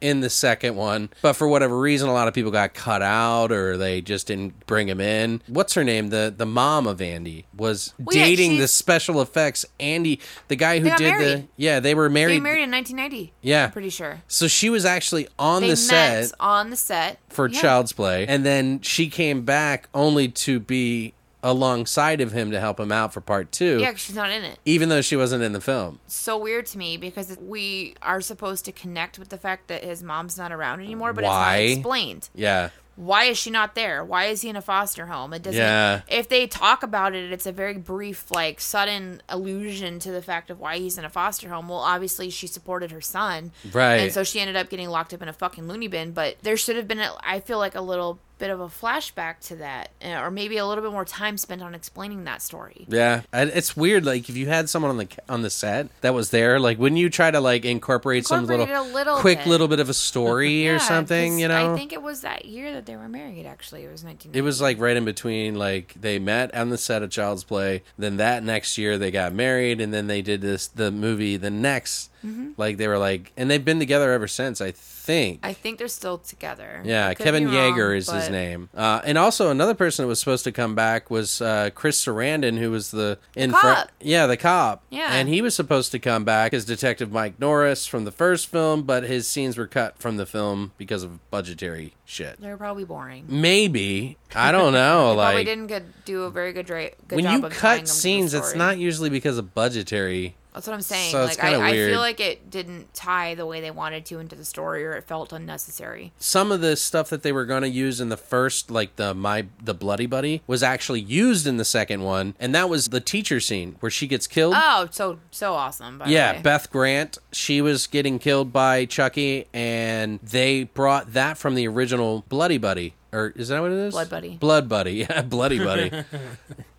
B: in the second one, but for whatever reason, a lot of people got cut out or they just didn't bring them in. What's her name? The the mom of Andy was
C: yeah,
B: dating the
C: she's-
B: special effects Andy, the guy who
C: got
B: did the
C: married.
B: yeah they were
C: they
B: married.
C: married in 1990.
B: Yeah.
C: I'm pretty sure
B: so she was actually on
C: they
B: the
C: met
B: set
C: on the set
B: for
C: Yeah.
B: Child's Play, and then she came back only to be alongside of him to help him out for part two.
C: Yeah, 'cause she's not in it.
B: Even though she wasn't in the film,
C: so weird to me because we are supposed to connect with the fact that his mom's not around anymore, but
B: Why?
C: it's not explained.
B: yeah,
C: why is she not there? Why is he in a foster home? It doesn't.
B: Yeah.
C: If they talk about it, it's a very brief, like sudden allusion to the fact of why he's in a foster home. Well, obviously she supported her son,
B: Right.
C: And so she ended up getting locked up in a fucking loony bin. But there should have been, a, I feel like, a little bit of a flashback to that, eh, or maybe a little bit more time spent on explaining that story.
B: yeah. And it's weird. Like if you had someone on the ca- on the set that was there, like wouldn't you try to like incorporate,
C: Incorporate
B: some little,
C: it a little
B: quick
C: bit.
B: little bit of a story
C: Yeah,
B: or something?
C: 'cause
B: You know,
C: I think it was that year that they were married. Actually, it was nineteen.
B: it was like right in between. Like they met on the set of Child's Play. Then that next year they got married, and then they did this the movie the next.
C: Mm-hmm.
B: Like they were like, and they've been together ever since. I think.
C: I think they're still together.
B: Yeah,
C: I could
B: Kevin
C: be wrong,
B: Yeager is his
C: but-
B: name. Uh, and also another person that was supposed to come back was uh, Chris Sarandon, who was the in fr-
C: cop.
B: yeah, the cop.
C: Yeah.
B: and he was supposed to come back as Detective Mike Norris from the first film, but his scenes were cut from the film because of budgetary shit.
C: They're probably boring.
B: Maybe I don't know.
C: Probably
B: like
C: didn't get, do a very good, dra- good
B: when
C: job
B: you
C: of tying them
B: cut
C: to the
B: scenes, it's
C: story.
B: not usually because of budgetary.
C: That's what I'm saying.
B: so it's
C: like I,
B: kinda
C: I
B: weird.
C: feel like it didn't tie the way they wanted to into the story, or it felt unnecessary.
B: Some of the stuff that they were going to use in the first, like the my the bloody buddy, was actually used in the second one, and that was the teacher scene where she gets killed.
C: Oh, so so awesome! By
B: Yeah,
C: the way.
B: Beth Grant. She was getting killed by Chucky, and they brought that from the original Bloody Buddy. Or is that what it is?
C: Blood Buddy.
B: Blood Buddy. Yeah, Bloody Buddy.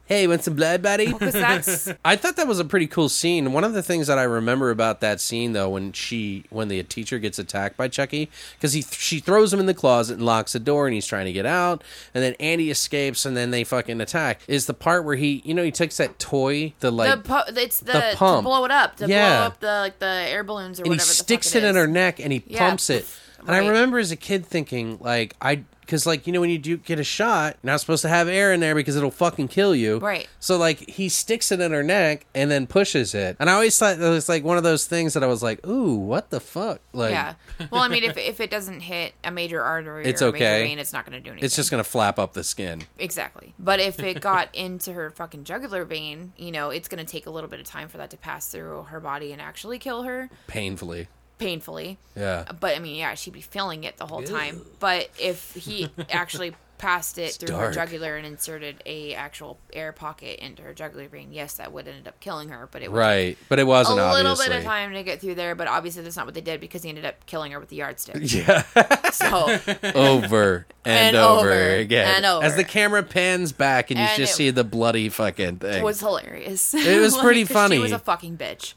B: hey, want some Blood Buddy?
C: because that's
B: I thought that was a pretty cool scene. One of the things that I remember about that scene, though, when she, when the teacher gets attacked by Chucky, because he, she throws him in the closet and locks the door, and he's trying to get out, and then Andy escapes, and then they fucking attack. Is the part where he, you know, he takes that toy, the
C: the
B: like,
C: pu- it's the, to
B: pump.
C: blow it up to
B: Yeah.
C: blow up the like the air balloons or
B: and he
C: whatever. the fuck
B: sticks
C: it
B: it in
C: is.
B: her neck and he
C: Yeah,
B: pumps it.
C: pff,
B: And I
C: right.
B: remember as a kid thinking, like, I because like you know when you do get a shot, you're not supposed to have air in there because it'll fucking kill you.
C: Right.
B: So like he sticks it in her neck and then pushes it, and I always thought that was like one of those things that I was like, ooh, what the fuck? Like,
C: Yeah. Well, I mean, if, if it doesn't hit a major artery
B: It's
C: or a
B: okay.
C: major vein, it's not going to do anything.
B: it's just gonna flap up the skin.
C: Exactly. But if it got into her fucking jugular vein, you know, it's going to take a little bit of time for that to pass through her body and actually kill her
B: painfully.
C: painfully.
B: Yeah.
C: But I mean, yeah, she'd be feeling it the whole time. But if he actually passed it through
B: dark.
C: her jugular and inserted a actual air pocket into her jugular vein, yes, that would end up killing her, but it would
B: Right. But it
C: take
B: wasn't
C: a little
B: obviously.
C: bit of time to get through there, but obviously that's not what they did because he ended up killing her with the yardstick.
B: Yeah.
C: So
B: over and,
C: And
B: over,
C: over
B: again.
C: and over.
B: As the camera pans back and you
C: And
B: just
C: it-
B: see the bloody fucking thing.
C: it was hilarious.
B: It was pretty
C: 'cause
B: funny.
C: She was a fucking bitch.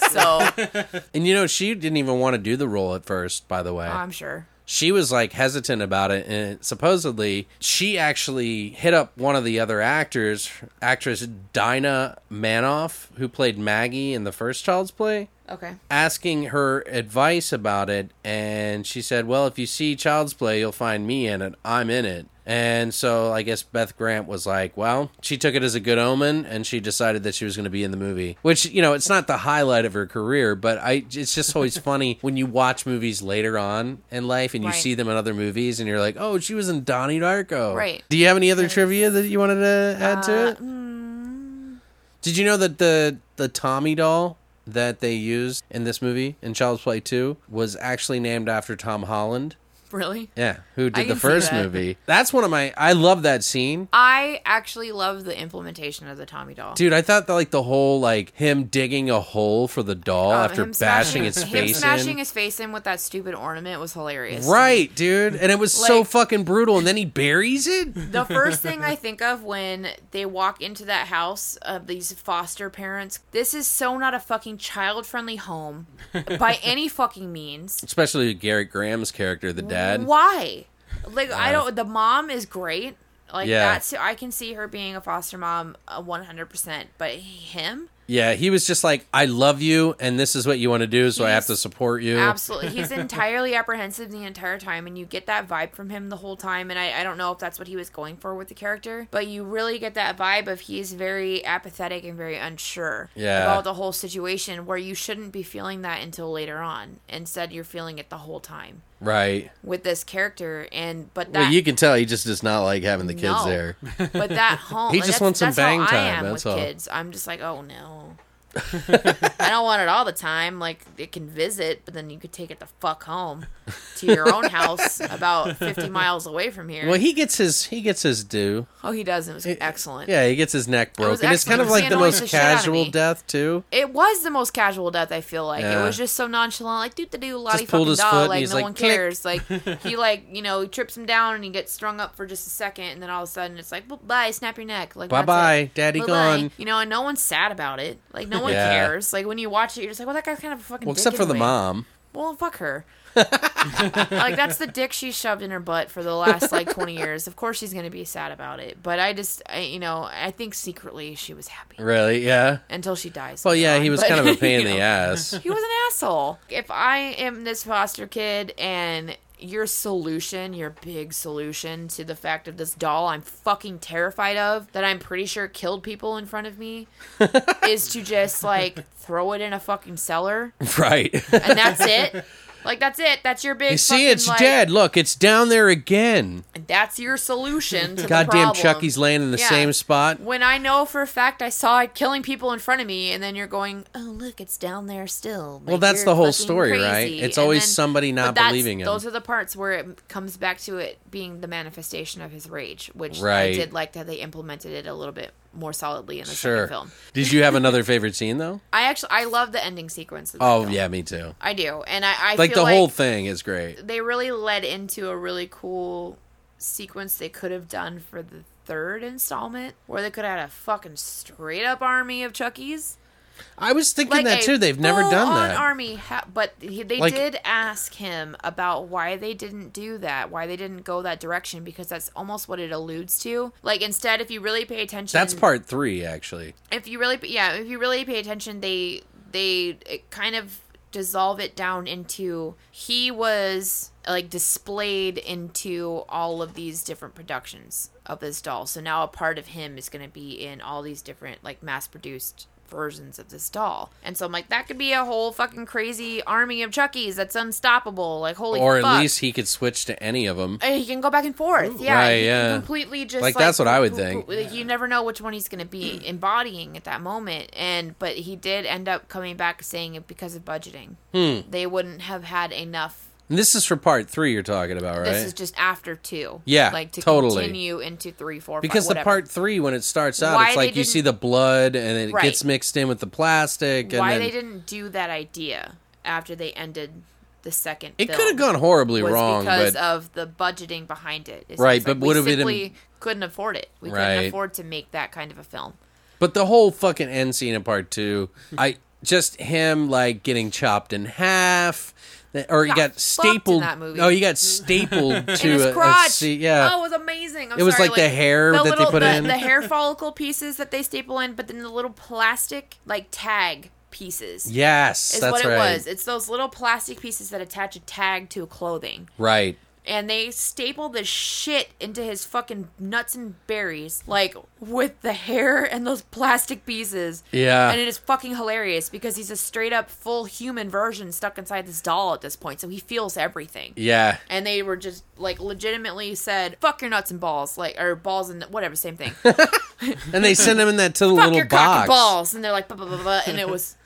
C: So
B: and you know, she didn't even want to do the role at first, by the way.
C: I'm sure.
B: she was like hesitant about it and supposedly she actually hit up one of the other actors, actress Dinah Manoff, who played Maggie in the first Child's Play.
C: Okay.
B: asking her advice about it and she said well if you see child's play you'll find me in it i'm in it and so i guess beth grant was like well she took it as a good omen and she decided that she was going to be in the movie which you know it's not the highlight of her career but i it's just always funny when you watch movies later on in life and you
C: Right.
B: see them in other movies and you're like oh she was in donnie darko
C: Right. Uh,
B: do you have any other trivia that you wanted to add to it
C: mm.
B: did you know that the the Tommy doll that they used in this movie in Child's Play 2 was actually named after Tom Holland?
C: Really?
B: Yeah, who
C: I
B: did the
C: can see
B: first
C: that.
B: movie. That's one of my I love that scene.
C: I actually love the implementation of the Tommy doll.
B: Dude, I thought that like the whole like him digging a hole for the doll
C: Um,
B: after
C: him
B: bashing
C: smashing-
B: its
C: Him
B: face
C: smashing
B: in.
C: his face in with that stupid ornament was hilarious.
B: Right, dude. And it was so
C: Like-
B: fucking brutal and then he buries it?
C: The first thing I think of when they walk into that house of these foster parents, this is so not a fucking child friendly home by any fucking means.
B: Especially Garrett Graham's character, the dad.
C: Why? Like I don't. The mom is great. Like
B: Yeah.
C: that's. I can see her being a foster mom, uh, one hundred percent. But him,
B: Yeah, he was just like, I love you and this is what you want to do, so I
C: He's-
B: have to support you.
C: Absolutely. He's entirely apprehensive the entire time, and you get that vibe from him the whole time. And I, I don't know if that's what he was going for with the character, but you really get that vibe of he's very apathetic and very unsure
B: Yeah.
C: about the whole situation, where you shouldn't be feeling that until later on. Instead, you're feeling it the whole time
B: Right.
C: with this character. And but that
B: Well, you can tell he just does not like having the kids
C: No.
B: there.
C: but that home
B: He
C: like,
B: just
C: that's-
B: wants some
C: that's how
B: bang
C: I
B: time,
C: am
B: that's
C: with
B: all.
C: kids. I'm just like, oh no. I don't want it all the time. Like it can visit, but then you could take it the fuck home to your own house about 50 miles away from here.
B: Well, he gets his he gets his due.
C: oh, he does. It was excellent.
B: Yeah, he gets his neck
C: was
B: broken. It's kind
C: excellent.
B: of like
C: It
B: the
C: annoys
B: most
C: the shit out of
B: casual
C: me.
B: death too.
C: It was the most casual death. I feel like
B: Yeah.
C: it was just so nonchalant, like doo doo doo, lottie
B: Just pulled
C: fucking
B: his foot
C: doll,
B: and
C: like
B: he's
C: no
B: like,
C: one
B: "Click."
C: cares. Like he like you know he trips him down and he gets strung up for just a second, and then all of a sudden it's like bye, snap your neck, like that's
B: Bye-bye,
C: it.
B: daddy gone.
C: You know, and no one's sad about it. Like no one
B: Yeah.
C: cares. Like when you watch it, you're just like, well, that guy's kind of a fucking.
B: Well,
C: dick
B: except for the
C: anyway.
B: mom.
C: Well, fuck her. like that's the dick she shoved in her butt for the last like 20 years. Of course she's gonna be sad about it, but I just, I, you know, I think secretly she was happy
B: Really? Yeah.
C: until she dies.
B: Well, yeah, he was
C: But,
B: kind of a pain
C: you
B: in
C: know.
B: the ass.
C: He was an asshole. If I am this foster kid and your solution, your big solution to the fact of this doll I'm fucking terrified of, that I'm pretty sure killed people in front of me, is to just like throw it in a fucking cellar
B: Right.
C: and that's it. Like that's it. That's your big.
B: you see,
C: fucking,
B: it's
C: like,
B: dead. Look, it's down there again.
C: That's your solution to the
B: Goddamn,
C: problem.
B: Chucky's laying in the
C: Yeah.
B: same spot.
C: When I know for a fact I saw it killing people in front of me, and then you're going, "Oh, look, it's down there still."
B: Well,
C: Like,
B: that's
C: you're
B: the whole
C: fucking
B: story, right?
C: crazy.
B: It's
C: And
B: always
C: then-
B: somebody
C: but
B: not
C: that's-
B: believing him.
C: Those are the parts where it comes back to it being the manifestation of his rage, which
B: Right.
C: I did like that they implemented it a little bit more solidly in the
B: Sure.
C: second film.
B: Did you have another favorite scene though?
C: I actually I love the ending sequence. Of the
B: Oh
C: film.
B: yeah, me too.
C: I do, and I, I
B: Like
C: feel
B: the whole
C: like-
B: thing is great.
C: they really led into a really cool sequence they could have done for the third installment where they could have had a fucking straight up army of Chuckies.
B: I was thinking that
C: a
B: too. They've never done
C: full-on
B: that.
C: army, ha- but he, they
B: Like-
C: did ask him about why they didn't do that, why they didn't go that direction, because that's almost what it alludes to. Like instead, if you really pay attention,
B: That's part three, actually.
C: if you really yeah if you really pay attention they they it kind of dissolve it down into he was like displayed into all of these different productions of this doll. So now a part of him is going to be in all these different like mass produced versions of this doll. And so I'm like that could be a whole fucking crazy army of Chuckies that's unstoppable. Like holy
B: or at
C: fuck.
B: least he could switch to any of them.
C: Uh, he can go back and forth. Yeah,
B: Right,
C: he can
B: yeah.
C: completely just
B: Like, that's what I would think. Mm.
C: like, you never know which one he's going to be embodying at that moment. And but he did end up coming back saying it because of budgeting.
B: Hmm.
C: They wouldn't have had enough.
B: And this is for part three you're talking about, right?
C: This is just after two.
B: Yeah,
C: like to
B: totally.
C: continue into three, four, five,
B: because the
C: whatever.
B: part three, when it starts out,
C: Why
B: it's
C: they
B: like you see the
C: didn't-
B: blood and it
C: Right.
B: gets mixed in with the plastic. And
C: why
B: then,
C: they didn't do that idea after they ended the second.
B: It
C: film
B: could have gone horribly
C: was
B: wrong,
C: because
B: but
C: of the budgeting behind it. It's
B: Right,
C: just
B: but
C: like, we
B: would've been-
C: simply couldn't afford it. We
B: Right.
C: couldn't afford to make that kind of a film.
B: but the whole fucking end scene in part two, I just him like getting chopped in half, that- or he
C: Got
B: got,
C: fucked in
B: stapled.
C: that movie.
B: No, he got stapled to
C: in his
B: a- a
C: crotch.
B: se- yeah,
C: Oh, it was amazing. I'm
B: It was
C: sorry,
B: like the hair that they put
C: the,
B: in.
C: the hair follicle pieces that they staple in, but then the little plastic like tag pieces.
B: yes,
C: Is
B: that's
C: what it
B: right.
C: was. It's those little plastic pieces that attach a tag to clothing.
B: Right.
C: And they staple the shit into his fucking nuts and berries, like with the hair and those plastic pieces.
B: Yeah.
C: And it is fucking hilarious because he's a straight up full human version stuck inside this doll at this point. So he feels everything
B: Yeah.
C: and they were just like legitimately said fuck your nuts and balls like or balls and whatever same thing fuck
B: And they send him in that to the little
C: your cock
B: box.
C: and balls and they're like blah, blah, blah, blah, and it was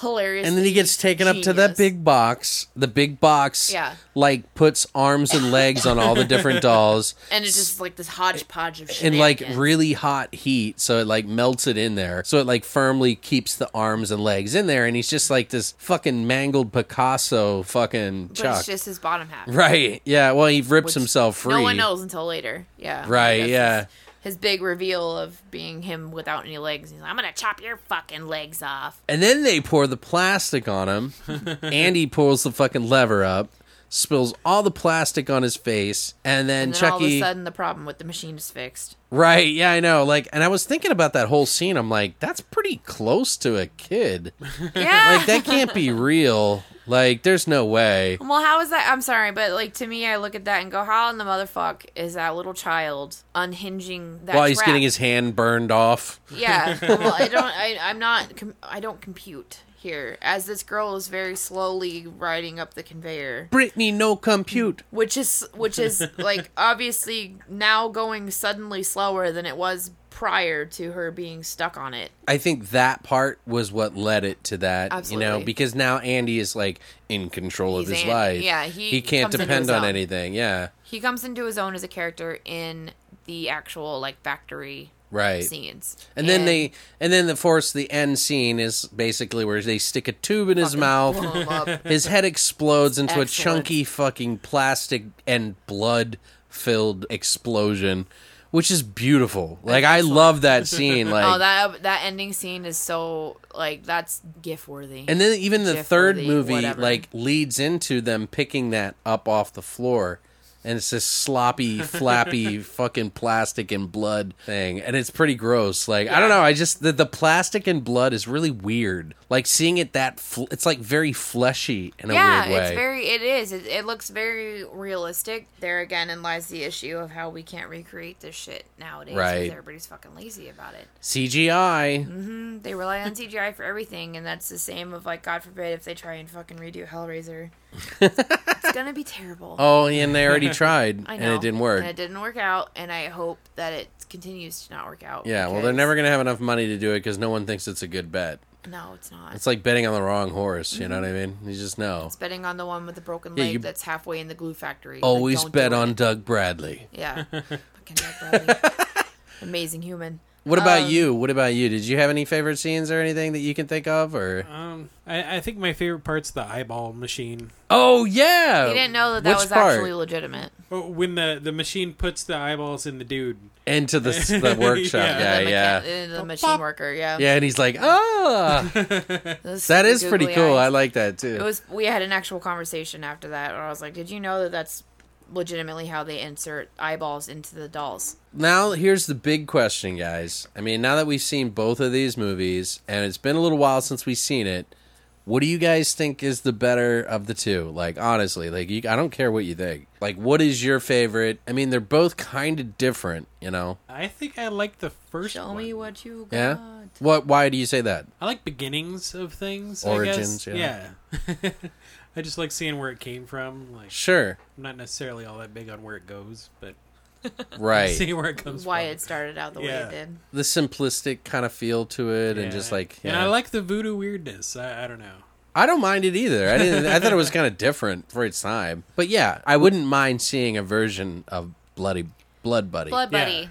C: hilarious
B: And then he gets taken up to that
C: Genius.
B: big box. The big box,
C: Yeah.
B: like puts arms and legs on all the different dolls,
C: and it's just like this hodgepodge of shit
B: in like really hot heat, so it like melts it in there, so it like firmly keeps the arms and legs in there, and he's just like this fucking mangled Picasso fucking
C: but it's
B: Chuck,
C: just his bottom half
B: right? Yeah, well, he rips
C: which
B: himself free.
C: no one knows until later yeah
B: Right,
C: That's
B: yeah.
C: his, his big reveal of being him without any legs he's like i'm gonna chop your fucking legs off
B: And then they pour the plastic on him. Andy pulls the fucking lever up, spills all the plastic on his face, and then
C: and then all of a
B: Chucky.
C: sudden the problem with the machine is fixed
B: right? Yeah, I know. Like, and I was thinking about that whole scene. I'm like, that's pretty close to a kid.
C: yeah
B: Like, that can't be real. Like, there's no way.
C: Well, how is that? I'm sorry, but like to me, I look at that and go, "How in the motherfuck is that little child unhinging that?"
B: While he's
C: trap?
B: getting his hand burned off.
C: yeah. Well, I don't. I, I'm not. Com- I don't compute here as this girl is very slowly riding up the conveyor,
B: Brittany, no compute.
C: which is which is like obviously now going suddenly slower than it was prior to her being stuck on it.
B: I think that part was what led it to that. You know,
C: Absolutely.
B: because now Andy is like in control of
C: He's
B: his
C: Andy.
B: life.
C: Yeah, he
B: he can't
C: comes into
B: depend
C: his
B: on
C: own.
B: anything. Yeah.
C: He comes into his own as a character in the actual like factory
B: Right.
C: scenes,
B: And then they, and then the force, the end scene is basically where they stick a tube in his
C: fucking
B: mouth.
C: blow him up.
B: His head explodes into a
C: excellent.
B: chunky fucking plastic and blood filled explosion, which is beautiful. Like I love that scene. Like
C: Oh, that that ending scene is so like that's gif worthy.
B: and then even the
C: Jeff
B: third
C: Worthy,
B: movie
C: whatever.
B: like leads into them picking that up off the floor. And it's this sloppy, flappy, fucking plastic and blood thing, and it's pretty gross. Like I don't know, I just the, the plastic and blood is really weird. Like seeing it that fl- it's like very fleshy in a
C: yeah,
B: weird way.
C: it's very it is. It, it looks very realistic. There again, in lies the issue of how we can't recreate this shit nowadays. 'cause
B: Right.
C: everybody's fucking lazy about it.
B: CGI.
C: Mm-hmm. They rely on CGI for everything, and that's the same of like God forbid if they try and fucking redo Hellraiser, it's gonna be terrible.
B: Oh, and they already tried,
C: I
B: and
C: know.
B: it didn't work.
C: And it didn't work out, and I hope that it continues to not work out.
B: yeah, well, they're
C: because-
B: never going to have enough money to do it because no one thinks it's a good bet.
C: No, it's not.
B: It's like betting on the wrong horse. You know what I mean? You just know.
C: It's betting on the one with the broken
B: Yeah,
C: leg
B: you-
C: that's halfway in the glue factory. Like,
B: Always
C: don't
B: bet
C: do it.
B: on Doug Bradley.
C: Yeah. Fucking Doug Bradley. Amazing human.
B: What about
C: Um,
B: you? What about you? Did you have any favorite scenes or anything that you can think of? Or
C: Uh,
D: Um, I, I think my favorite part's the eyeball machine.
B: oh yeah,
C: You didn't know that that
B: Which
C: was
B: part?
C: actually legitimate.
D: Oh, When the, the machine puts the eyeballs in the dude.
B: into the, s- the workshop.
D: Yeah.
B: yeah, yeah,
C: the,
B: yeah.
C: mechan- uh, the machine worker, yeah.
B: and he's like, ah,
C: Those
B: that is
C: googly
B: pretty cool. I
C: eyes.
B: like that too.
C: It was. We had an actual conversation after that, where I was like, "Did you know that that's legitimately how they insert eyeballs into the dolls?"
B: now here's the big question guys i mean now that we've seen both of these movies and it's been a little while since we've seen it What do you guys think is the better of the two? Like honestly, like you, I don't care what you think. Like what is your favorite? I mean, they're both kind of different, you know.
D: I think I like the first
C: Show
D: one.
C: me what you got.
B: Yeah. What why do you say that?
D: I like beginnings of things.
B: Origins,
D: I guess.
B: yeah.
D: yeah. I just like seeing where it came from. Like,
B: Sure.
D: I'm not necessarily all that big on where it goes, but
B: Right.
D: seeing where it comes
C: Why
D: from.
C: it started out the way
D: Yeah.
C: it did.
B: the simplistic kind of feel to it and just like
D: and
B: yeah.
D: I like the voodoo weirdness. I, I don't know.
B: I don't mind it either. I didn't. I thought it was kind of different for its time. But yeah, I wouldn't mind seeing a version of Bloody Blood Buddy.
C: Blood
D: Yeah.
C: Buddy.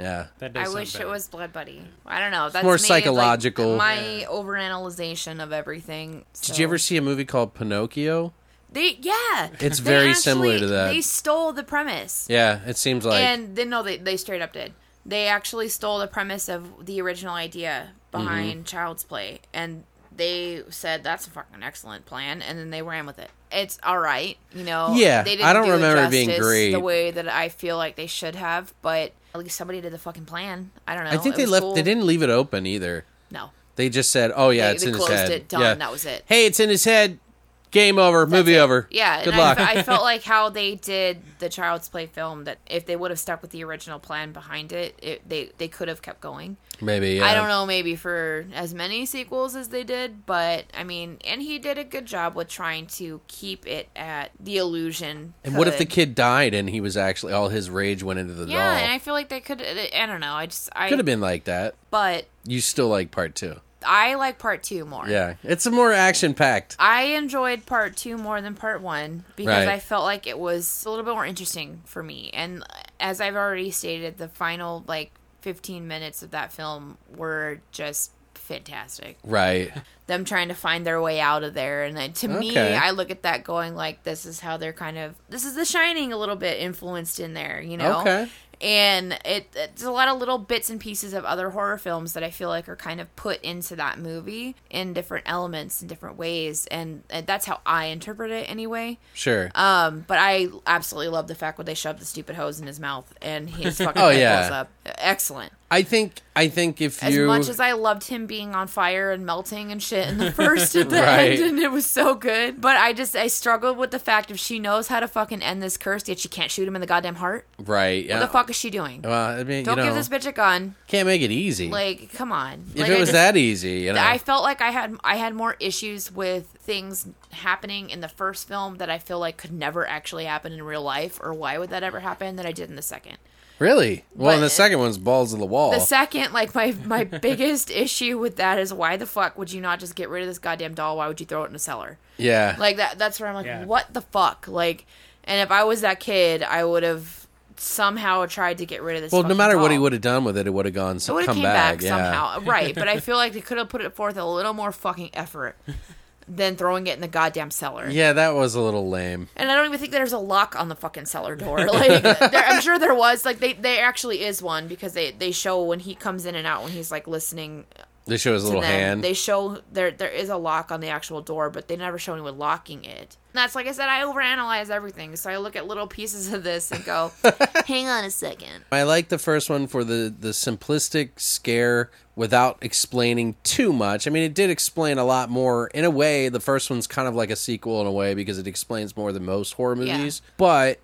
B: Yeah.
D: That does
C: I
D: sound
C: wish
D: better.
C: it was Blood Buddy. I don't know. That's
B: more
C: maybe, like,
B: psychological.
C: my overanalyzation of everything.
B: Did
C: so-
B: you ever see a movie called Pinocchio?
C: They yeah.
B: It's
C: They
B: very similar
C: actually-
B: to that.
C: They stole the premise.
B: Yeah, it seems like
C: and then no, they they straight up did. They actually stole the premise of the original idea behind
B: Mm-hmm.
C: Child's Play, and they said that's a fucking excellent plan, and then they ran with it. It's all right, you know.
B: Yeah,
C: they
B: I don't
C: it
B: remember it being
C: justice
B: great.
C: the way that I feel like they should have, but at least somebody did the fucking plan. I don't know.
B: I think
C: It
B: they
C: was
B: left.
C: cool.
B: They didn't leave it open either.
C: No,
B: They just said, "Oh yeah,
C: They-
B: it's
C: they
B: in his
C: closed
B: head."
C: it, done,
B: yeah.
C: that was it.
B: Hey, it's in his head. Game over. movie over.
C: Yeah,
B: Good
C: and
B: luck.
C: I, I felt like how they did the Child's Play film that if they would have stuck with the original plan behind it, it they they could have kept going.
B: Maybe. Yeah.
C: I don't know, maybe for as many sequels as they did, but I mean, and he did a good job with trying to keep it at the illusion.
B: And what if the
C: could.
B: kid died and he was actually all his rage went into the
C: Yeah, and
B: doll?
C: I feel like they could. I don't know. I just I
B: Could have been like that.
C: but
B: You still like part two.
C: I like part two more.
B: Yeah, it's a more action packed.
C: I enjoyed part two more than part one because
B: Right.
C: I felt like it was a little bit more interesting for me. And as I've already stated, the final like 15 minutes of that film were just fantastic.
B: Right.
C: Them trying to find their way out of there, and then, to me,
B: Okay.
C: I look at that going like, this is how they're kind of this is The Shining a little bit influenced in there, you know?
B: Okay.
C: and it, it's a lot of little bits and pieces of other horror films that I feel like are kind of put into that movie in different elements in different ways, and, and that's how I interpret it anyway.
B: Sure.
C: Um, but I absolutely love the fact where they shoved the stupid hose in his mouth and his fucking
B: Oh,
C: head
B: yeah.
C: blows up. Excellent.
B: I think I think if
C: As
B: you
C: much as I loved him being on fire and melting and shit in the first and the
B: Right.
C: end, and it was so good. But I just I struggled with the fact if she knows how to fucking end this curse, yet she can't shoot him in the goddamn heart.
B: right, yeah.
C: What the fuck is she doing?
B: Well, I mean,
C: Don't
B: you know,
C: give this bitch a gun.
B: can't make it easy.
C: Like, come on.
B: if
C: like,
B: it
C: I
B: was
C: just-
B: that easy, you know.
C: I felt like I had I had more issues with things happening in the first film that I feel like could never actually happen in real life, or why would that ever happen than I did in the second.
B: really? Well, and
C: but-
B: the second one's balls to the wall.
C: The second, like my my biggest issue with that is why the fuck would you not just get rid of this goddamn doll? Why would you throw it in a cellar?
B: yeah.
C: Like that that's where I'm like,
D: Yeah.
C: what the fuck? Like, and if I was that kid, I would have somehow tried to get rid of this.
B: well, no
C: fucking
B: matter what he
C: doll.
B: would have done with it, it would have gone
C: It
B: some
C: would have
B: come
C: came
B: back,
C: back,
B: yeah.
C: somehow, right? But I feel like they could have put it forth a little more fucking effort than throwing it in the goddamn cellar.
B: Yeah, that was a little lame.
C: And I don't even think there's a lock on the fucking cellar door. Like, there, I'm sure there was. Like, they there actually is one because they they show when he comes in and out when he's like listening
B: They show his
C: to
B: little
C: them.
B: hand.
C: They show there there is a lock on the actual door, but they never show anyone locking it. And that's like I said, I overanalyze everything, so I look at little pieces of this and go, "Hang on a second.
B: I like the first one for the the simplistic scare without explaining too much. I mean, it did explain a lot more in a way. The first one's kind of like a sequel in a way because it explains more than most horror
C: Yeah.
B: movies, but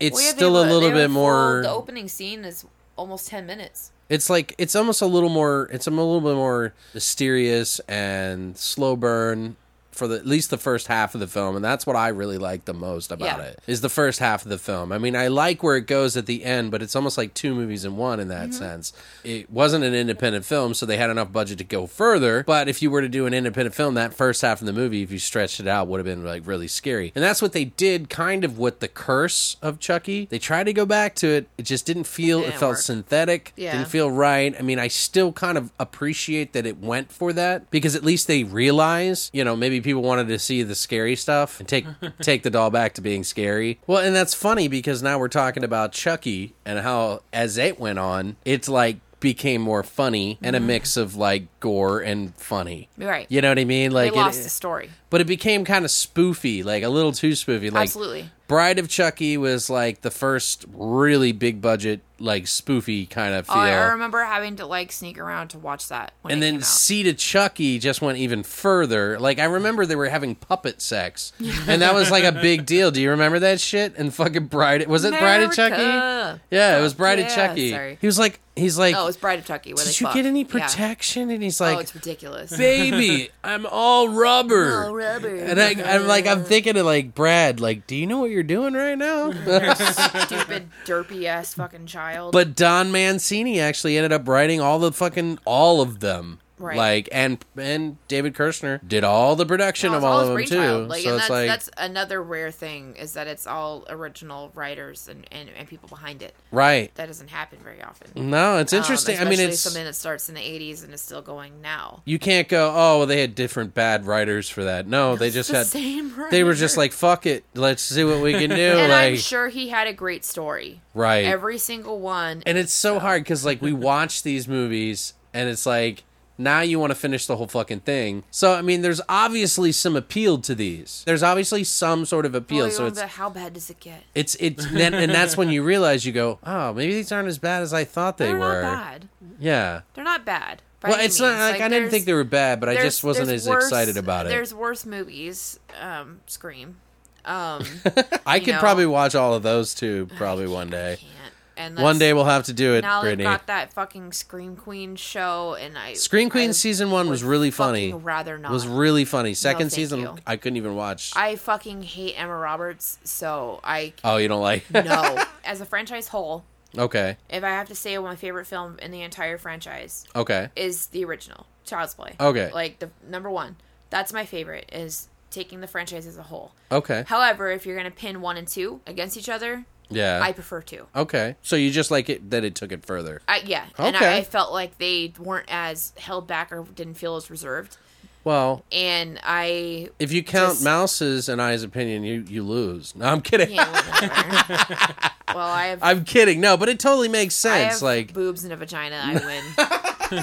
B: it's
C: Well, yeah, they
B: still a
C: were-
B: little
C: they were
B: bit
C: full-
B: more.
C: The opening scene is almost ten minutes.
B: It's like it's almost a little more. It's a little bit more mysterious and slow burn for the, at least the first half of the film, and that's what I really like the most about
C: Yeah.
B: it is the first half of the film. I mean, I like where it goes at the end, but it's almost like two movies in one in that
C: Mm-hmm.
B: sense. It wasn't an independent film, so they had enough budget to go further. But if you were to do an independent film, that first half of the movie, if you stretched it out, would have been like really scary. And that's what they did, kind of with the curse of Chucky. They tried to go back to it. It just didn't feel. it
C: Didn't
B: felt
C: work.
B: synthetic.
C: Yeah.
B: Didn't feel feel right. I mean, I still kind of appreciate that it went for that because at least they realize, you know, maybe people wanted to see the scary stuff and take take the doll back to being scary. Well, and that's funny because now we're talking about Chucky and how as it went on, it's like became more funny and a mix of like gore and funny.
C: Mm-hmm. Right.
B: You know what I mean? Like
C: they lost
B: it,
C: the story.
B: but it became kind of spoofy, like a little too spoofy. Like
C: Absolutely.
B: Bride of Chucky was like the first really big budget, like spoofy kind of feel.
C: Oh, I remember having to like sneak around to watch that. When
B: and
C: it
B: then
C: came out.
B: Seed of Chucky just went even further. Like I remember they were having puppet sex, and that was like a big deal. Do you remember that shit? And fucking Bride, was it Bride of
C: America.
B: Chucky? Yeah, it was Bride of
C: Yeah,
B: Chucky.
C: sorry.
B: He was like, he's like,
C: oh, it's Bride of Chucky. Where
B: did
C: they
B: you
C: fuck.
B: get any
C: Yeah.
B: protection? And he's like,
C: Oh, it's ridiculous.
B: baby, I'm all rubber.
C: All rubber.
B: And I, I'm like, I'm thinking of like Brad, like, do you know what you're doing right now?
C: Stupid derpy ass fucking child.
B: but Don Mancini actually ended up writing all the fucking all of them.
C: Right.
B: Like and and David Kirshner did all the production
C: No,
B: of
C: it's
B: all of
C: his
B: them
C: brainchild.
B: too.
C: Like,
B: so
C: and
B: it's
C: that's,
B: like
C: that's another rare thing is that it's all original writers and, and, and people behind it.
B: right.
C: That doesn't happen very often.
B: No, it's
C: Um,
B: Mm, interesting. I mean,
C: especially
B: it's
C: something that starts in the '80s and is still going now.
B: you can't go. Oh, well, they had different bad writers for that. No, they just
C: the
B: had.
C: same
B: They were
C: writer.
B: just like, fuck it, let's see what we can do.
C: And I'm
B: like
C: sure he had a great story.
B: right.
C: Every single one.
B: And it's so hard because like we watch these movies and it's like now you want to finish the whole fucking thing. So I mean, there's obviously some appeal to these. There's obviously some sort of appeal.
C: Oh,
B: so it's
C: but how bad does it get?
B: it's it's then, and that's when you realize you go, oh, maybe these aren't as bad as I thought they
C: They're
B: were.
C: not bad.
B: Yeah.
C: They're not bad. by
B: Well,
C: any
B: it's not
C: means.
B: like, I didn't
C: there's-
B: think they were bad, but I
C: there's-
B: just wasn't
C: there's
B: as
C: worse-
B: excited about it.
C: There's worse movies. Um, Scream. Um,
B: I
C: you
B: could
C: know.
B: probably watch all of those two probably one day.
C: can't. And
B: One
C: that's-
B: day we'll have to do it,
C: now they've
B: Brittany.
C: got that fucking Scream Queen show, and I
B: Scream Queen
C: I
B: season one was
C: would
B: really
C: fucking
B: funny.
C: Rather not.
B: Was really funny. Second
C: thank
B: season,
C: you.
B: I couldn't even watch.
C: I fucking hate Emma Roberts, so I
B: oh, you don't like?
C: no. As a franchise whole,
B: okay.
C: if I have to say my favorite film in the entire franchise
B: Okay.
C: is the original Child's Play.
B: Okay.
C: like the number one. That's my favorite. Is taking the franchise as a whole.
B: Okay.
C: However, if you're gonna pin one and two against each other,
B: yeah.
C: I prefer two.
B: okay. So you just like it that it took it further.
C: I, yeah, and
B: Okay.
C: I, I felt like they weren't as held back or didn't feel as reserved.
B: Well,
C: And I
B: if you count
C: Just-
B: Mouse's and I's opinion, you you lose. No, I'm kidding.
C: Yeah, whatever. well, I have,
B: I'm kidding. No, but it totally makes
C: I
B: sense.
C: have
B: like
C: boobs and a vagina. I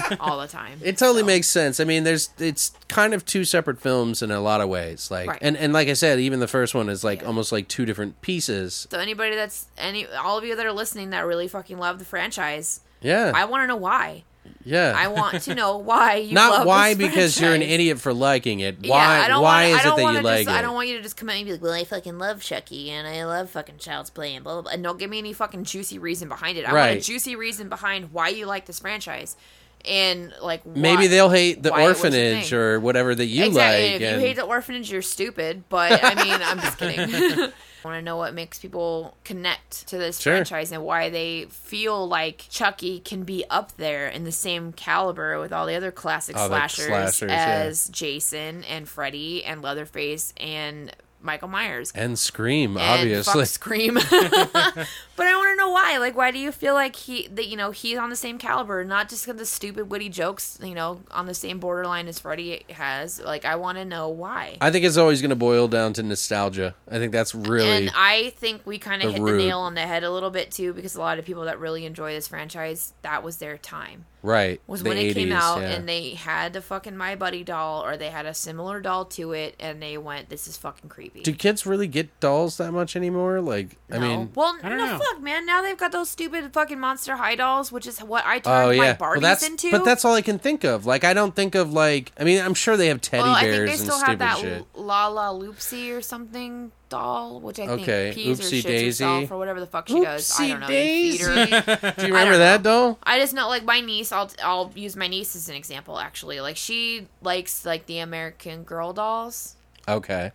C: win all the time.
B: it totally makes sense. I mean, there's it's kind of two separate films in a lot of ways. Like
C: Right.
B: and and like I said, even the first one is like almost like two different pieces.
C: so anybody that's any all of you that are listening that really fucking love the franchise,
B: Yeah.
C: I want to know why.
B: yeah.
C: I want to know why you
B: Not
C: love
B: why
C: this
B: because you're an
C: franchise.
B: idiot for liking it. Why
C: Yeah, I don't
B: why
C: wanna,
B: is
C: I don't
B: it that
C: wanna
B: you like
C: just,
B: it?
C: I don't want you to just come at me and be like, "Well, I fucking love Chucky and I love fucking Child's Play and blah blah." blah. And don't give me any fucking juicy reason behind it. I want
B: Right.
C: a juicy reason behind why you like this franchise, and like why,
B: Maybe they'll hate the
C: why it was a
B: orphanage
C: thing.
B: or whatever that you
C: exactly.
B: like.
C: If
B: and-
C: you hate the orphanage, you're stupid. But I mean, I'm just kidding. I want to know what makes people connect to this
B: Sure.
C: franchise and why they feel like Chucky can be up there in the same caliber with all the other classic
B: All the
C: slashers,
B: slashers, yeah.
C: as Jason and Freddy and Leatherface and Michael Myers.
B: and scream,
C: and
B: obviously.
C: fuck scream. but I want to know why. Like, why do you feel like he that you know he's on the same caliber, not just 'cause the stupid witty jokes, you know, on the same borderline as Freddy has. Like, I want to know why.
B: I think it's always going to boil down to nostalgia. I think that's really
C: And uh, I think we kind
B: The
C: of hit
B: root.
C: the nail on the head a little bit too, because a lot of people that really enjoy this franchise, that was their time.
B: right.
C: was
B: the
C: when it came
B: 80s,
C: out
B: yeah.
C: and they had the fucking My Buddy doll or they had a similar doll to it and they went, This is fucking creepy.
B: Do kids really get dolls that much anymore? Like, I
C: No.
B: mean,
C: Oh, well,
D: I don't
C: no
D: know.
C: fuck, man. Now they've got those stupid fucking Monster High dolls, which is what I turned
B: oh yeah,
C: my Barbies
B: well, that's
C: into.
B: but that's all I can think of. Like, I don't think of like. I mean, I'm sure they have teddy
C: well, I think
B: bears
C: they still
B: and
C: have
B: stupid
C: that
B: shit.
C: L- La La Loopsy or something doll, which I
B: Okay,
C: think pees or
B: Oopsie
C: shits
B: Daisy.
C: herself or whatever the fuck she does. I don't know.
B: Oopsie
C: you feed
B: Do
C: her.
B: you
C: I
B: remember
C: don't
B: that
C: know.
B: doll?
C: I just know, like my niece. I'll I'll use my niece as an example. Actually, like she likes like the American Girl dolls
B: Okay,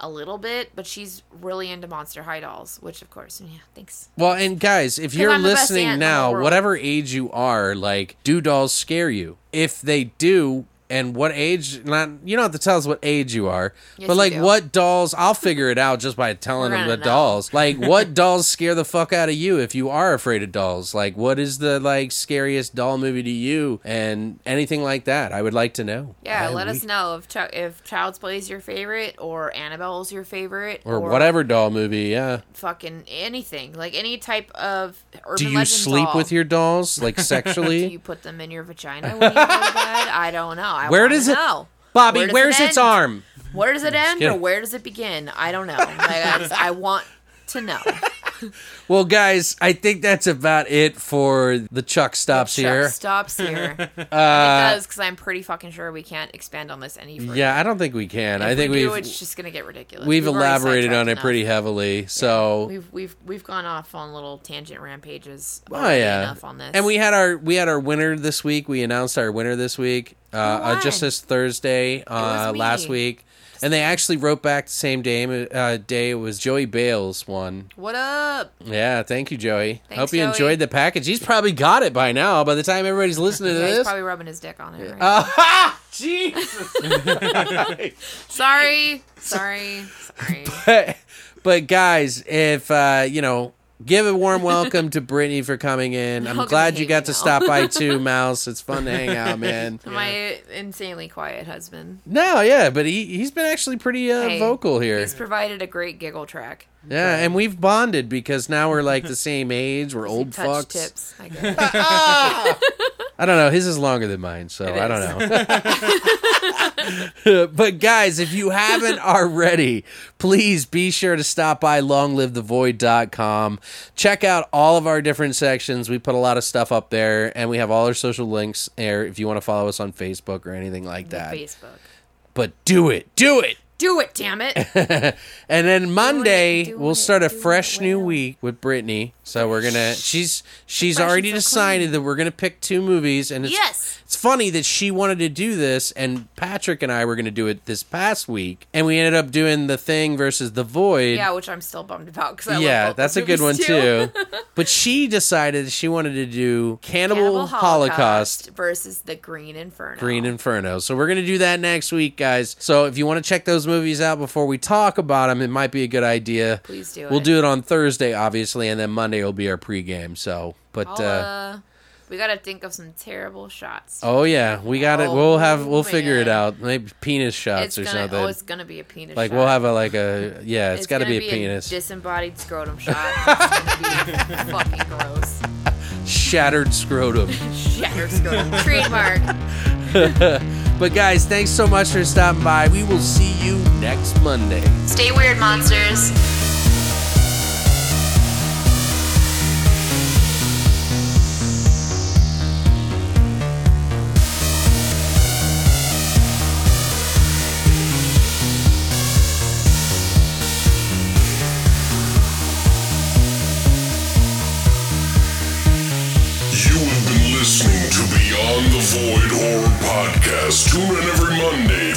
C: a little bit, but she's really into Monster High dolls, which of course, yeah, thanks.
B: Well, and guys, if you're
C: I'm the best aunt
B: listening
C: in the whole
B: now,
C: world.
B: whatever age you are, like, do dolls scare you? If they do, and what age? Not you don't have to tell us what age you are, but
C: you
B: like
C: do.
B: what dolls? I'll figure it out just by telling
C: We're
B: them
C: gonna
B: the
C: know.
B: dolls. Like, what dolls scare the fuck out of you if you are afraid of dolls? Like, what is the like scariest doll movie to you, and anything like that? I would like to know.
C: Yeah,
B: I-
C: let
B: we-
C: us know if Ch- if Child's Play is your favorite or Annabelle's your favorite
B: Or whatever doll movie, yeah.
C: Fucking anything, like any type of urban
B: Do you
C: legend
B: sleep
C: doll.
B: with your dolls, like sexually?
C: Do you put them in your vagina when you go to bed? I don't know. I
B: Where
C: wanna
B: does it?
C: Know.
B: Bobby,
C: Where does
B: where's
C: it
B: its
C: end?
B: arm?
C: Where does it end or
B: kidding.
C: where does it begin? I don't know. Like, I, just, I want to know.
B: Well, guys, I think that's about it for the Chuck stops here. Uh,
C: Chuck stops here. And it does because I'm pretty fucking sure we can't expand on this any further.
B: yeah, I don't think we can. I
C: If
B: think
C: we do,
B: we've
C: it's just gonna get ridiculous.
B: we've
C: already
B: elaborated on
C: sidetracked
B: it
C: enough.
B: pretty heavily. So
C: We've we've we've gone off on little tangent rampages.
B: Oh yeah,
C: enough on this.
B: And we had our we had our winner this week. We announced our winner this week, uh,
C: Oh,
B: uh, just
C: won?
B: this Thursday uh,
C: me.
B: last week. And they actually wrote back the same day. Uh, day it was Joey Bales one.
C: what up?
B: Yeah, thank you, Joey.
C: Thanks,
B: Hope you
C: Joey.
B: enjoyed the package. He's probably got it by now. By the time everybody's listening to
C: Yeah, he's
B: this,
C: probably rubbing his dick on it. Right
B: Uh, Jesus.
C: Sorry, sorry, sorry.
B: but guys, if uh, you know, give a warm welcome to Brittany for coming in. I'm
C: Y'all
B: glad
C: gonna
B: you
C: hate
B: got
C: me
B: to
C: now.
B: stop by too, Mouse. It's fun to hang out, man.
C: My insanely quiet husband.
B: No, yeah, but he he's been actually pretty uh,
C: Hey,
B: vocal here.
C: He's provided a great giggle track.
B: Yeah, and we've bonded because now we're like the same age. We're old
C: Touch
B: fucks.
C: tips. I guess.
B: I don't know. His is longer than mine, so I don't know. but guys, if you haven't already, please be sure to stop by longlivethevoid.com. Check out all of our different sections. We put a lot of stuff up there, and we have all our social links there if you want to follow us on Facebook or anything like that.
C: Facebook.
B: But do it. Do it.
C: Do it, damn it.
B: And then Monday
C: do
B: we'll
C: it,
B: start a
C: do it
B: fresh new
C: well.
B: week with Brittany. So we're gonna she's she's
C: Fresh and
B: already
C: so
B: decided that we're gonna pick two movies and it's
C: Yes.
B: it's funny that she wanted to do this and Patrick and I were gonna do it this past week and we ended up doing the thing versus the void.
C: Yeah, which I'm still bummed about because I
B: Yeah,
C: love both
B: that's a
C: those
B: good one
C: movies,
B: too. but she decided that she wanted to do Cannibal,
C: Cannibal
B: Holocaust
C: Holocaust versus the Green Inferno.
B: Green Inferno. So we're going to do that next week, guys. So if you want to check those movies out before we talk about them, it might be a good idea.
C: Please do
B: We'll
C: it.
B: do it on Thursday, obviously, and then Monday will be our pregame. So, but
C: I'll,
B: uh,
C: uh, we gotta think of some terrible shots.
B: oh yeah, we got it.
C: Oh,
B: We'll have we'll figure it
C: man.
B: out. Maybe penis
C: it's
B: shots or
C: gonna
B: something.
C: oh, it's gonna be a penis.
B: like
C: shot.
B: we'll have a like a yeah. it's got to
C: gonna
B: be a penis.
C: disembodied scrotum shot. It's gonna be fucking gross.
B: Shattered scrotum.
C: Shatter scrotum. Trademark.
B: but guys, thanks so much for stopping by. We will see you next Monday.
C: Stay weird, monsters.
A: You have been listening to Beyond the Void Horror Podcast. Tune in every Monday